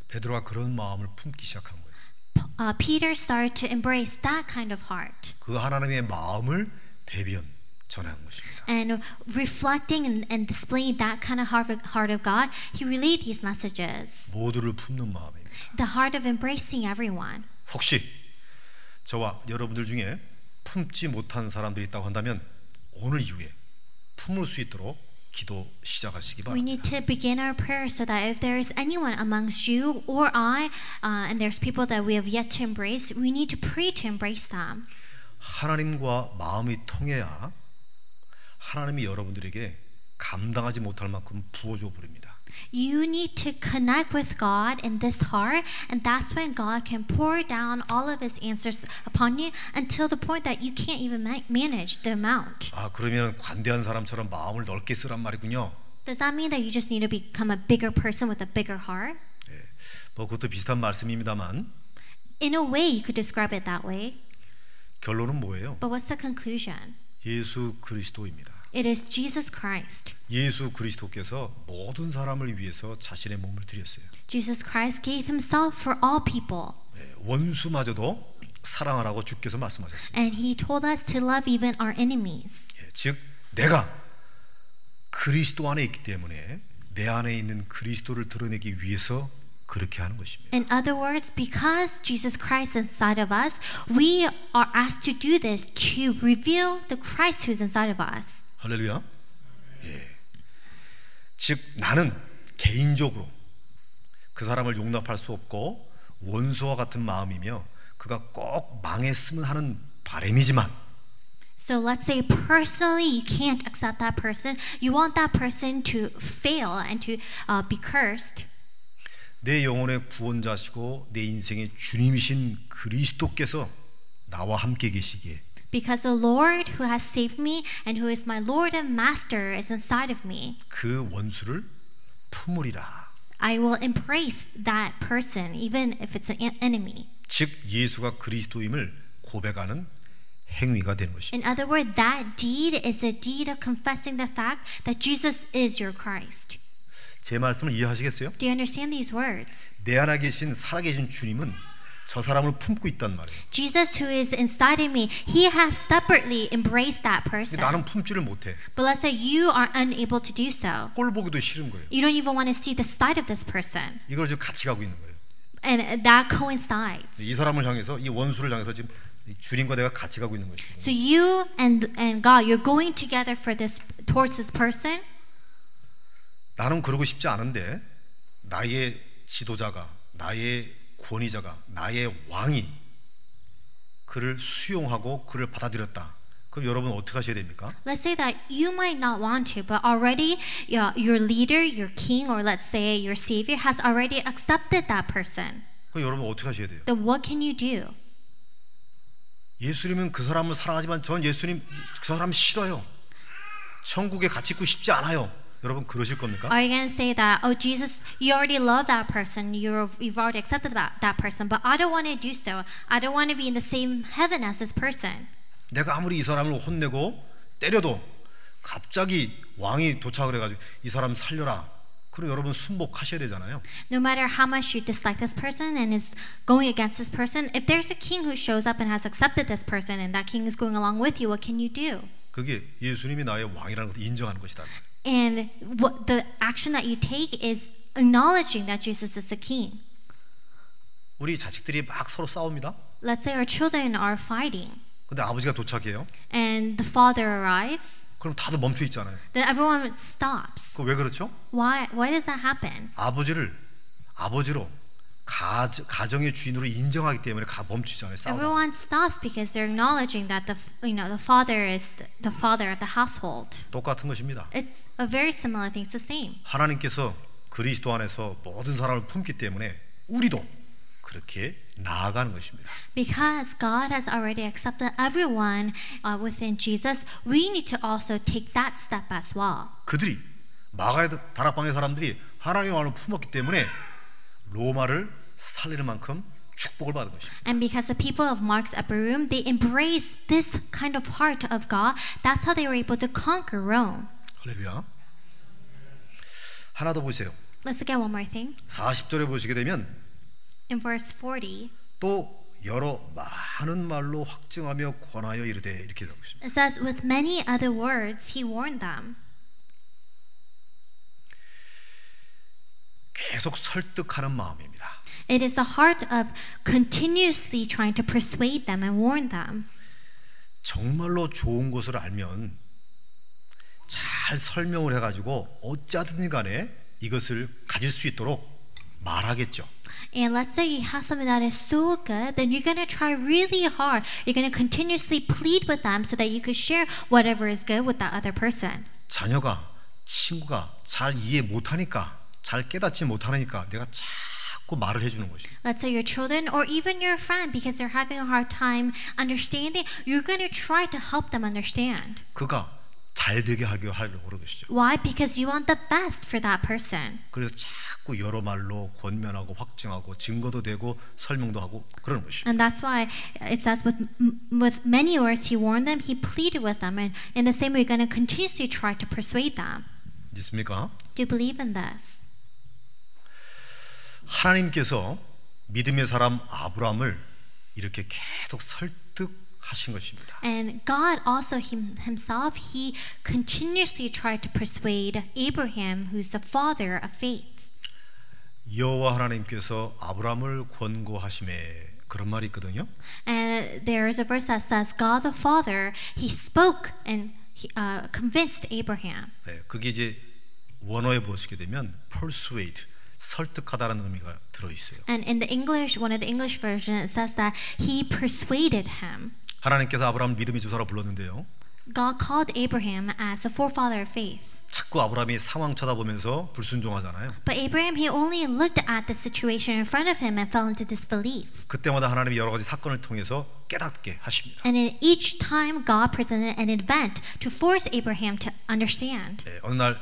Speaker 1: 베드로가 그런 마음을 품기 시작한 거예요.
Speaker 2: P- uh, Peter started to embrace that kind of heart
Speaker 1: 그 하나님의 마음을 대변 전한 것입니다.
Speaker 2: and reflecting and, and displaying that kind of heart, heart of God. He relayed these messages
Speaker 1: 모두를 품는 마음입니다.
Speaker 2: the heart of embracing everyone.
Speaker 1: 혹시 저와 여러분들 중에 품지 못한 사람들이 있다고 한다면 오늘 이후에 품을 수 있도록 기도 시작하시기
Speaker 2: We
Speaker 1: 바랍니다.
Speaker 2: need to begin our prayer so that if there is anyone amongst you or I, uh, and there's people that we have yet to embrace, we need to pray to embrace them.
Speaker 1: 하나님과 마음이 통해야 하나님이 여러분들에게 감당하지 못할 만큼 부어줘 버립니다.
Speaker 2: You need to connect with God in this heart, and that's when God can pour down all of His answers upon you until the point that you can't even ma- manage the amount.
Speaker 1: 아 그러면 관대한 사람처럼 마음을 넓게 쓰란 말이군요.
Speaker 2: Does that mean that you just need to become a bigger person with a bigger heart?
Speaker 1: 예. 뭐 그것도 비슷한 말씀입니다만
Speaker 2: In a way, you could describe it that way,
Speaker 1: 결론은 뭐예요?
Speaker 2: but what's the conclusion?
Speaker 1: 예수 그리스도입니다.
Speaker 2: It is Jesus Christ.
Speaker 1: 예수 그리스도께서 모든 사람을 위해서 자신의 몸을 드렸어요.
Speaker 2: Jesus Christ gave Himself for all people.
Speaker 1: 예, 원수마저도 사랑하라고 주께서 말씀하셨어요.
Speaker 2: And he told us to love even our enemies.
Speaker 1: 예, 즉 내가 그리스도 안에 있기 때문에 내 안에 있는 그리스도를 드러내기 위해서 그렇게 하는 것입니다.
Speaker 2: In other words, because Jesus Christ is inside of us, we are asked to do this to reveal the Christ who's inside of us.
Speaker 1: 할렐루야. 예. 즉 나는 개인적으로 그 사람을 용납할 수 없고 원수와 같은 마음이며 그가 꼭 망했으면 하는 바람이지만
Speaker 2: So let's say personally you can't accept that person. You want that person to fail and to uh, be cursed.
Speaker 1: 내 영혼의 구원자시고 내 인생의 주님이신 그리스도께서 나와 함께 계시기에
Speaker 2: Because the Lord who has saved me and who is my Lord and Master is inside of me.
Speaker 1: 그 원수를 품으리라.
Speaker 2: I will embrace that person, even if it's an en- enemy.
Speaker 1: 즉 예수가 그리스도임을 고백하는 행위가 되는 것입니다.
Speaker 2: In other words, that deed is a deed of confessing the fact that Jesus is your Christ.
Speaker 1: 제 말씀을 이해하시겠어요?
Speaker 2: Do you understand these words?
Speaker 1: 내 안에 계신 살아계신 주님은 저 사람을 품고 있단 말이에요.
Speaker 2: Jesus, who is inside of me, he has separately embraced that person.
Speaker 1: 근데 나는 품지를 못해.
Speaker 2: But let's say you are unable to do so.
Speaker 1: 꼴 보기도 싫은 거예요.
Speaker 2: You don't even want to see the side of this person.
Speaker 1: 이걸 지금 같이 가고 있는 거예요.
Speaker 2: And that coincides.
Speaker 1: 이 사람을 향해서 이 원수를 향해서 지금 이 주님과 내가 같이 가고 있는 것이죠.
Speaker 2: So you and and God, you're going together for this towards this person.
Speaker 1: 나는 그러고 싶지 않은데 나의 지도자가 나의 권위자가 나의 왕이 그를 수용하고 그를 받아들였다. 그럼 여러분 어떻게 하셔야 됩니까?
Speaker 2: Let's say that you might not want to, but already your, your leader, your king, or let's say your savior has already accepted that person.
Speaker 1: 그럼 여러분 어떻게 하셔야 돼요?
Speaker 2: Then what can you do?
Speaker 1: 예수님은 그 사람을 사랑하지만 전 예수님 그 사람 싫어요. 천국에 같이 있고 싶지 않아요. 여러분 그러실 겁니까?
Speaker 2: Are you going to say that, oh, Jesus, you already love that person, you're, you've already accepted that, that person, but I don't want to do so. I don't want to be in the same heaven as this person.
Speaker 1: 내가 아무리 이 사람을 혼내고 때려도 갑자기 왕이 도착을 해가지고 이 사람 살려라. 그럼 여러분 순복하셔야 되잖아요.
Speaker 2: No matter how much you dislike this person and is going against this person, if there's a king who shows up and has accepted this person and that king is going along with you, what can you do?
Speaker 1: 그게 예수님이 나의 왕이라는 것을 인정하는 것이다.
Speaker 2: And what the action that you take is acknowledging that Jesus is the king.
Speaker 1: 우리 자식들이 막 서로 싸웁니다.
Speaker 2: Let's say our children are fighting
Speaker 1: 근데 아버지가 도착해요.
Speaker 2: and the father arrives,
Speaker 1: 그럼 다들 멈춰 있잖아요.
Speaker 2: then everyone stops.
Speaker 1: 그 왜 그렇죠?
Speaker 2: Why why does that happen?
Speaker 1: 아버지를 아버지로 가, 가정의 주인으로 인정하기 때문에 가 멈추잖아요. 싸우다.
Speaker 2: Everyone stops because they're acknowledging that the f- you know the father is th- the father of the household.
Speaker 1: 똑같은 것입니다.
Speaker 2: It's a very similar thing. It's the same.
Speaker 1: 하나님께서 그리스도 안에서 모든 사람을 품기 때문에 우리도 그렇게 나아가는 것입니다.
Speaker 2: Because God has already accepted everyone uh, within Jesus, we need to also take that step as well.
Speaker 1: 그들이 마가의 다락방의 사람들이 하나님의 마음을 품었기 때문에 로마를 살리는 만큼 축복을 받은 것입니다.
Speaker 2: And because the people of Mark's upper room, they embraced this kind of heart of God, that's how they were able to conquer Rome.
Speaker 1: 할렐루야. 하나 더 보세요.
Speaker 2: Let's look at one more thing.
Speaker 1: 40절에 보시게 되면
Speaker 2: In verse 40,
Speaker 1: 또 여러 많은 말로 확증하며 권하여 이르되 이렇게 되고 있습니다.
Speaker 2: it says, With many other words, he warned them.
Speaker 1: 계속 설득하는 마음입니다.
Speaker 2: It is the heart of continuously trying to persuade them and warn them.
Speaker 1: 정말로 좋은 것을 알면 잘 설명을 해가지고 어찌하든 간에 이것을 가질 수 있도록 말하겠죠.
Speaker 2: And let's say you have something that is so good, then you're going to try really hard. You're going to continuously plead with them so that you could share whatever is good with that other person.
Speaker 1: 자녀가 친구가 잘 이해 못하니까 잘 깨닫지 못하니까 내가 자꾸 말을 해주는 것이.
Speaker 2: Let's say your children or even your friend, because they're having a hard time understanding, you're going to try to help them understand.
Speaker 1: 그가 잘 되게 하려 하려고 그런 것이죠.
Speaker 2: Why? Because you want the best for that person.
Speaker 1: 그래서 자꾸 여러 말로 권면하고 확증하고 증거도 되고 설명도 하고 그런 것이.
Speaker 2: And that's why it says, with, with many words, he warned them, he pleaded with them. And in the same way, you're going to continuously try to persuade them.
Speaker 1: 믿습니까?
Speaker 2: Do you believe in this?
Speaker 1: 하나님께서 믿음의 사람 아브람을 이렇게 계속 설득하신 것입니다.
Speaker 2: And God also him, himself, he continuously tried to persuade Abraham, who's the father of faith.
Speaker 1: 여호와 하나님께서 아브람을 권고하심에 그런 말이 있거든요.
Speaker 2: And there is a verse that says, God the Father, he spoke and he, uh, convinced Abraham.
Speaker 1: 네, 그게 이제 원어에 보시게 되면 persuade 설득하다라는 의미가 들어 있어요.
Speaker 2: And in the English, one of the English version, it says that he persuaded him.
Speaker 1: 하나님께서 아브람 믿음의 주사로 불렀는데요.
Speaker 2: God called Abraham as the forefather of faith.
Speaker 1: 자꾸 아브람이 상황 쳐다보면서 불순종하잖아요.
Speaker 2: But Abraham, he only looked at the situation in front of him and fell into disbelief.
Speaker 1: 그때마다 하나님이 여러 가지 사건을 통해서 깨닫게 하십니다.
Speaker 2: And in each time, God presented an event to force Abraham to understand.
Speaker 1: 네, 어느 날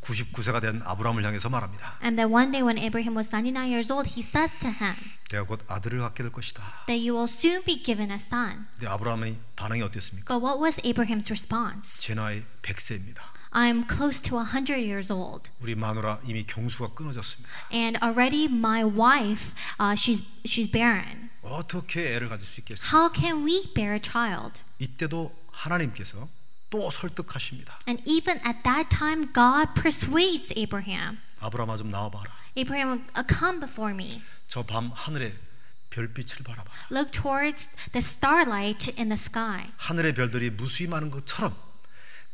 Speaker 1: 99세가 된 아브람을 향해서 말합니다.
Speaker 2: And then one day, when Abraham was 99 years old, he says to him
Speaker 1: 내가 곧 아들을 갖게 될 것이다.
Speaker 2: that you will soon be given a son.
Speaker 1: 근데 아브라함의 반응이 어땠습니까?
Speaker 2: But what was Abraham's response?
Speaker 1: 제 나이 100세입니다.
Speaker 2: I'm close to 100 years old,
Speaker 1: 우리 마누라 이미 경수가 끊어졌습니다.
Speaker 2: and already my wife, uh, she's, she's barren.
Speaker 1: 어떻게 애를 가질 수 있겠습니까?
Speaker 2: How can we bear a child?
Speaker 1: 이때도 하나님께서 또 설득하십니다.
Speaker 2: And even at that time, God persuades Abraham
Speaker 1: 아브라함아 좀 나와봐라.
Speaker 2: Abraham, uh, come before me.
Speaker 1: 저 밤 하늘에 별빛을 바라봐.
Speaker 2: Look towards the starlight in the sky.
Speaker 1: 하늘의 별들이 무수히 많은 것처럼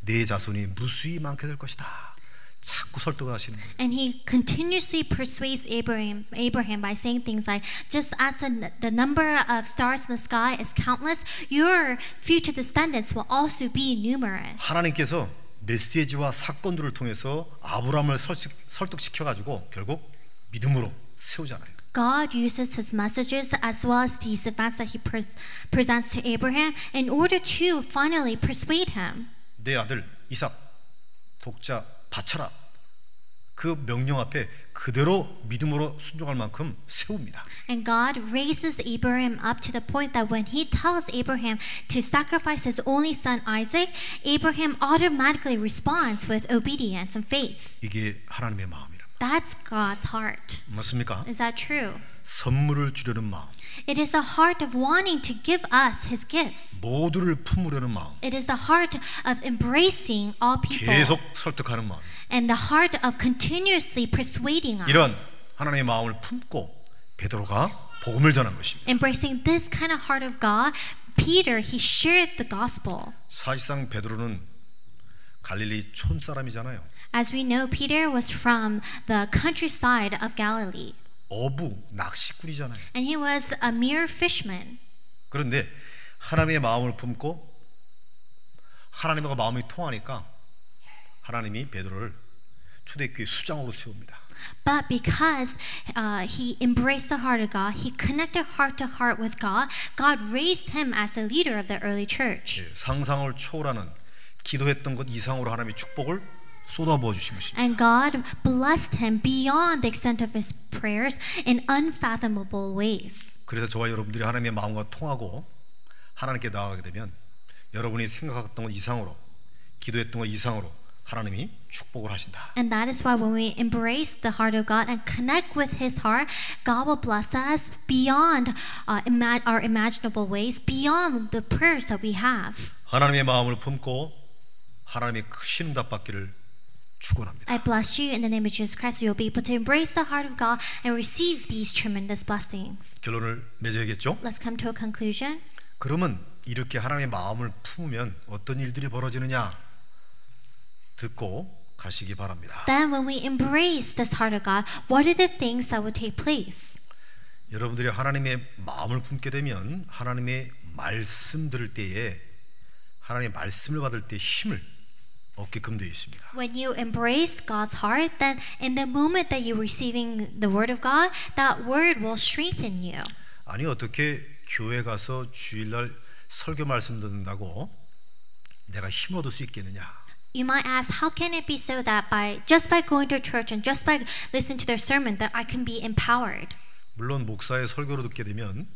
Speaker 1: 내 자손이 무수히 많게 될 것이다. 자꾸 설득하시는 거예요.
Speaker 2: And he continuously persuades Abraham, Abraham by saying things like, just as the, n- the number of stars in the sky is countless, your future descendants will also be numerous.
Speaker 1: 하나님께서 메시지와 사건들을 통해서 아브라함을 설득, 시켜 가지고 결국 믿음으로 세우잖아요.
Speaker 2: God uses his messages as well as these events that he pres- presents to Abraham in order to finally persuade him.
Speaker 1: 내 아들 이삭 독자 바쳐라. 그 명령 앞에 그대로 믿음으로 순종할 만큼 세웁니다.
Speaker 2: And God raises Abraham up to the point that when he tells Abraham to sacrifice his only son Isaac, Abraham automatically responds with obedience and faith.
Speaker 1: 이게 하나님의 마음이라.
Speaker 2: That's God's heart.
Speaker 1: 맞습니까?
Speaker 2: Is that true?
Speaker 1: 선물을 주려는 마음,
Speaker 2: It is the heart of wanting to give us his gifts.
Speaker 1: 모두를 품으려는 마음,
Speaker 2: It is the heart of embracing all people
Speaker 1: 계속 설득하는 마음.
Speaker 2: and the heart of continuously persuading us.
Speaker 1: 이런 하나님의 마음을 품고 베드로가 복음을 전한 것입니다.
Speaker 2: Embracing this kind of heart of God, Peter, he shared the gospel.
Speaker 1: 사실상 베드로는 갈릴리 촌 사람이잖아요.
Speaker 2: As we know, Peter was from the countryside of Galilee,
Speaker 1: 어부 낚시꾼이잖아요.
Speaker 2: and he was a mere fishman.
Speaker 1: 그런데 하나님의 마음을 품고 하나님과 마음이 통하니까 하나님이 베드로를 초대교회 수장으로 세웁니다.
Speaker 2: But because uh, he embraced the heart of God, he connected heart to heart with God, God raised him as the leader of the early church.
Speaker 1: 예, 상상을 초월하는 기도했던 것 이상으로 하나님의 축복을 쏟아부어 주신 것입니다.
Speaker 2: And God blessed him beyond the extent of his prayers in unfathomable ways.
Speaker 1: 그래서 저와 여러분들이 하나님의 마음과 통하고 하나님께 나아가게 되면 여러분이 생각했던 것 이상으로 기도했던 것 이상으로 하나님이 축복을 하신다.
Speaker 2: And that is why when we embrace the heart of God and connect with his heart, God will bless us beyond uh, ima- our imaginable ways, beyond the prayers that we have.
Speaker 1: 하나님의 마음을 품고 하나님의 크신 응답 받기를 축원합니다.
Speaker 2: I bless you in the name of Jesus Christ. You'll be able to embrace the heart of God and receive these tremendous blessings.
Speaker 1: 결론을 맺어야겠죠?
Speaker 2: Let's come to a conclusion.
Speaker 1: 그러면 이렇게 하나님의 마음을 품으면 어떤 일들이 벌어지느냐 듣고 가시기 바랍니다.
Speaker 2: Then, when we embrace this heart of God, what are the things that will take place?
Speaker 1: 여러분들이 하나님의 마음을 품게 되면 하나님의 말씀 들을 때에 하나님의 말씀을 받을 때 힘을 얻게끔 되어 있습니다.
Speaker 2: When you embrace God's heart, then in the moment that you're receiving the word of God, that word will strengthen you.
Speaker 1: 아니 어떻게 교회 가서 주일날 설교 말씀 듣는다고 내가 힘 얻을 수 있겠느냐?
Speaker 2: You might ask, how can it be so that by just by going to church and just by listening to their sermon that I can be empowered?
Speaker 1: 물론 목사의 설교로 듣게 되면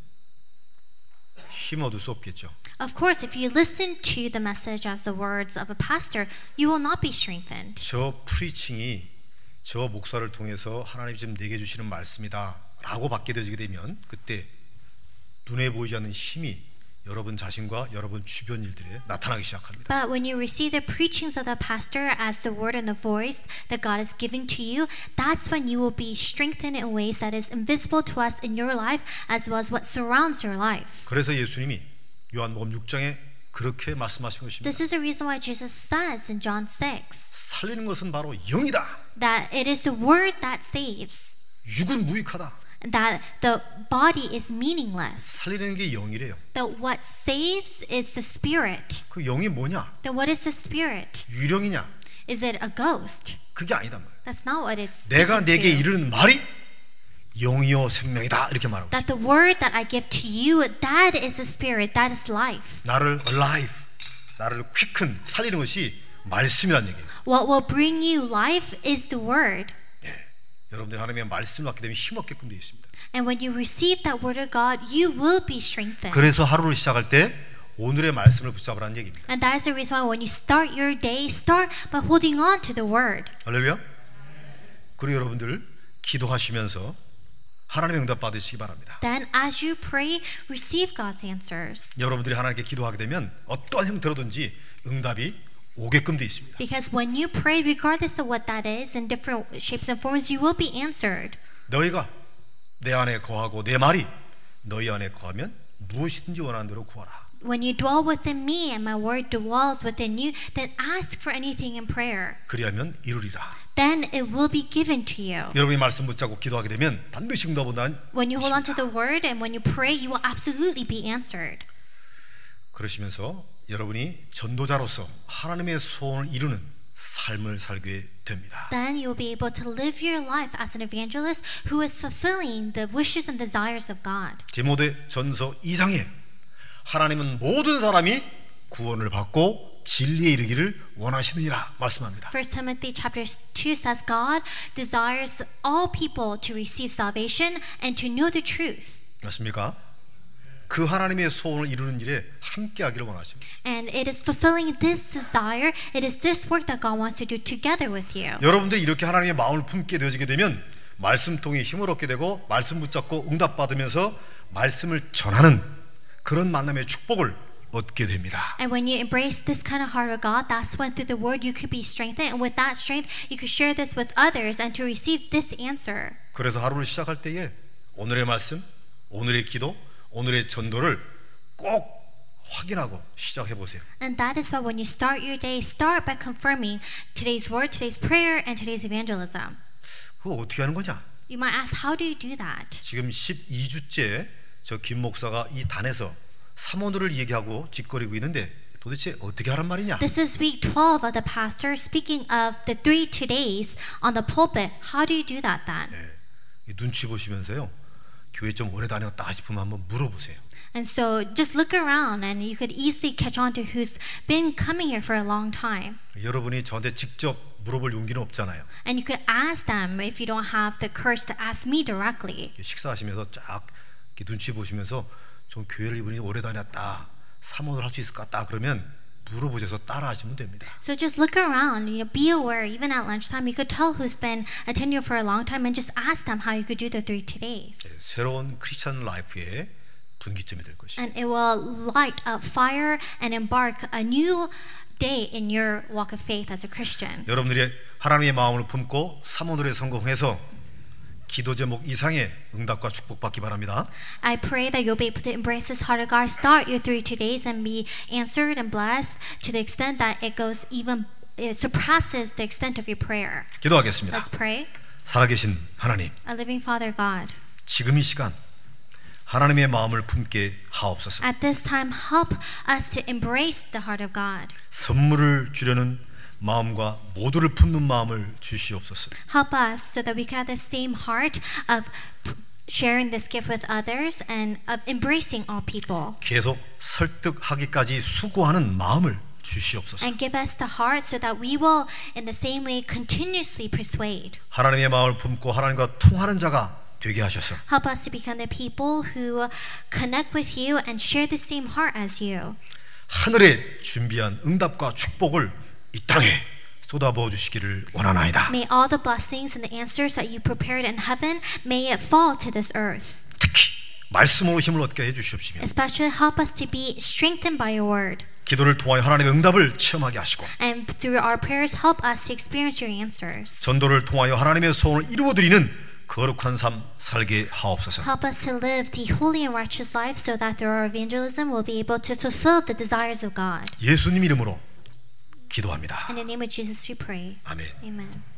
Speaker 1: 힘 얻을 수 없겠죠.
Speaker 2: Of course, if you listen to the message as the words of a pastor, you will not be strengthened.
Speaker 1: 저 프리칭이 저 목사를 통해서 하나님 지금 내게 주시는 말씀이다라고 받게 되게 되면 그때 눈에 보이지 않는 힘이 여러분 자신과 여러분 주변 일들에 나타나기 시작합니다.
Speaker 2: But when you receive the preachings of the pastor as the word and the voice that God is giving to you, that's when you will be strengthened in ways that is invisible to us in your life as well as what surrounds your life.
Speaker 1: 그래서 예수님이 요한복음 6장에 그렇게 말씀하신 것입니다.
Speaker 2: This is the reason why Jesus says in John 6
Speaker 1: 살리는 것은 바로 영이다.
Speaker 2: that it is the word that saves.
Speaker 1: 육은 무익하다.
Speaker 2: that the body is meaningless.
Speaker 1: 살리는 게 영이래요.
Speaker 2: That what saves is the spirit.
Speaker 1: 그 영이 뭐냐?
Speaker 2: That what is the spirit?
Speaker 1: 유령이냐?
Speaker 2: Is it a ghost?
Speaker 1: 그게 아니단 말이에요.
Speaker 2: That's not what it's.
Speaker 1: 내가
Speaker 2: speaking
Speaker 1: 내게
Speaker 2: to.
Speaker 1: 이르는 말이 영이요 생명이다 이렇게 말하고 있어요.
Speaker 2: That the word that I give to you, that is the spirit, that is life.
Speaker 1: 나를 alive, 나를 quicken 살리는 것이 말씀이란 얘기예요.
Speaker 2: What will bring you life is the word.
Speaker 1: 예. 여러분들이 하나님의 말씀을 받게 되면 힘없게끔 되어 있습니다.
Speaker 2: And when you receive that word of God, you will be strengthened.
Speaker 1: 그래서 하루를 시작할 때 오늘의 말씀을 붙잡으라는 얘기입니다.
Speaker 2: And that is the reason why when you start your day, start by holding on to the word.
Speaker 1: 할렐루야. 그리고 여러분들 기도하시면서 하나님의 응답 받으시기 바랍니다.
Speaker 2: Then, as you pray, receive God's answers.
Speaker 1: 여러분들이 하나님께 기도하게 되면 어떠한 형태로든지 응답이 오게끔 되어 있습니다.
Speaker 2: Because when you pray, regardless of what that is, in different shapes and forms, you will be answered.
Speaker 1: 너희가 내 안에 거하고 내 말이 너희 안에 거하면 무엇이든지 원하는 대로 구하라.
Speaker 2: When you dwell within me and my word dwells within you, then ask for anything in prayer.
Speaker 1: 그리하면 이루리라.
Speaker 2: Then it will be given to you.
Speaker 1: 여러분이 말씀 붙잡고 기도하게 되면 반드시 응답온다는
Speaker 2: When you hold on to the word and when you pray, you will absolutely be answered.
Speaker 1: 그러시면서 여러분이 전도자로서 하나님의 소원을 이루는 삶을 살게 됩니다.
Speaker 2: Then you'll be able to live your life as an evangelist who is fulfilling the wishes and desires of God.
Speaker 1: 디모데 전서 2장에 하나님은 모든 사람이 구원을 받고 진리에 이르기를 원하시느니라 말씀합니다.
Speaker 2: 1 Timothy chapter 2 says God desires all people to receive salvation and to know the truth.
Speaker 1: 맞습니까? 그 하나님의 소원을 이루는 일에 함께하기를 원하십니다.
Speaker 2: And it is fulfilling this desire, it is this work that God wants to do together with you.
Speaker 1: 여러분들이 이렇게 하나님의 마음을 품게 되어지게 되면 말씀 통해 힘을 얻게 되고 말씀 붙잡고 응답받으면서 말씀을 전하는 그런 만남의 축복을 얻게 됩니다.
Speaker 2: And when you embrace this kind of heart of God, that's when through the word you could be strengthened. And with that strength, you could share this with others and to receive this answer.
Speaker 1: 그래서 하루를 시작할 때에 오늘의 말씀, 오늘의 기도, 오늘의 전도를 꼭 확인하고 시작해 보세요.
Speaker 2: And that is why when you start your day, start by confirming today's word, today's prayer, and today's evangelism.
Speaker 1: 그거 어떻게 하는 거냐?
Speaker 2: You might ask, how do you do that?
Speaker 1: 지금 12주째 저 김 목사가 이 단에서 삼원을 얘기하고 짓거리고 있는데 도대체 어떻게 하란 말이냐?
Speaker 2: This is week 12 of the pastor speaking of the three todays on the pulpit. How do you do that then?
Speaker 1: 예, 이 눈치 보시면서요. 교회 좀 오래 다녔다 싶으면 한번 물어보세요.
Speaker 2: And so just look around and you could easily catch on to who's been coming here for a long time.
Speaker 1: 여러분이 저한테 직접 물어볼 용기는 없잖아요.
Speaker 2: And you could ask them if you don't have the courage to ask me directly.
Speaker 1: 식사하시면서 쫙 이렇게 눈치 보시면서 좀 교회를 이분이 오래 다녔다. 삼원을 할 수 있을 것 같다. 그러면 물어보셔서 따라하시면 됩니다.
Speaker 2: So just look around, you know, be aware, even at lunchtime, you could tell who's been attending you for a long time and just ask them how you could do the three todays.
Speaker 1: 예, 새로운 크리스천 라이프의 분기점이 될 것이에요.
Speaker 2: And it will light up fire and embark a new day in your walk of faith as a Christian.
Speaker 1: 여러분들이 하나님의 마음을 품고 사모들에 성공해서 기도 제목 이상의 응답과 축복받기 바랍니다.
Speaker 2: I pray that you'll be able to embrace this heart of God, start your three todays, and be answered and blessed to the extent that it goes even, it surpasses the extent of your prayer.
Speaker 1: 기도하겠습니다.
Speaker 2: Let's pray.
Speaker 1: 살아계신 하나님,
Speaker 2: Our living Father God,
Speaker 1: 지금 이 시간 하나님의 마음을 품게 하옵소서.
Speaker 2: at this time, help us to embrace the heart of God.
Speaker 1: 선물을 주려는 마음과 모두를 품는 마음을 주시옵소서.
Speaker 2: Help us so that we can have the same heart of p- sharing this gift with others and of embracing all people.
Speaker 1: 계속 설득하기까지 수고하는 마음을 주시옵소서.
Speaker 2: And give us the heart so that we will, in the same way, continuously persuade.
Speaker 1: 하나님의 마음을 품고 하나님과 통하는 자가 되게 하셔서
Speaker 2: Help us to become the people who connect with you and share the same heart as you.
Speaker 1: 하늘에 준비한 응답과 축복을 이 땅에 쏟아부어 주시기를 원하나이다.
Speaker 2: May all the blessings and the answers that you prepared in heaven, may it fall to this earth.
Speaker 1: 특히 말씀으로 힘을 얻게 해 주시옵시며
Speaker 2: Especially help us to be strengthened by your word.
Speaker 1: 기도를 통하여 하나님의 응답을 체험하게 하시고
Speaker 2: And through our prayers, help us to experience your answers.
Speaker 1: 전도를 통하여 하나님의 소원을 이루어 드리는 거룩한 삶 살게 하옵소서.
Speaker 2: Help us to live the holy and righteous life so that through our evangelism, we'll be able to fulfill the desires of God.
Speaker 1: 예수님 이름으로 기도합니다.
Speaker 2: In the name of Jesus, we pray.
Speaker 1: 아멘.
Speaker 2: Amen.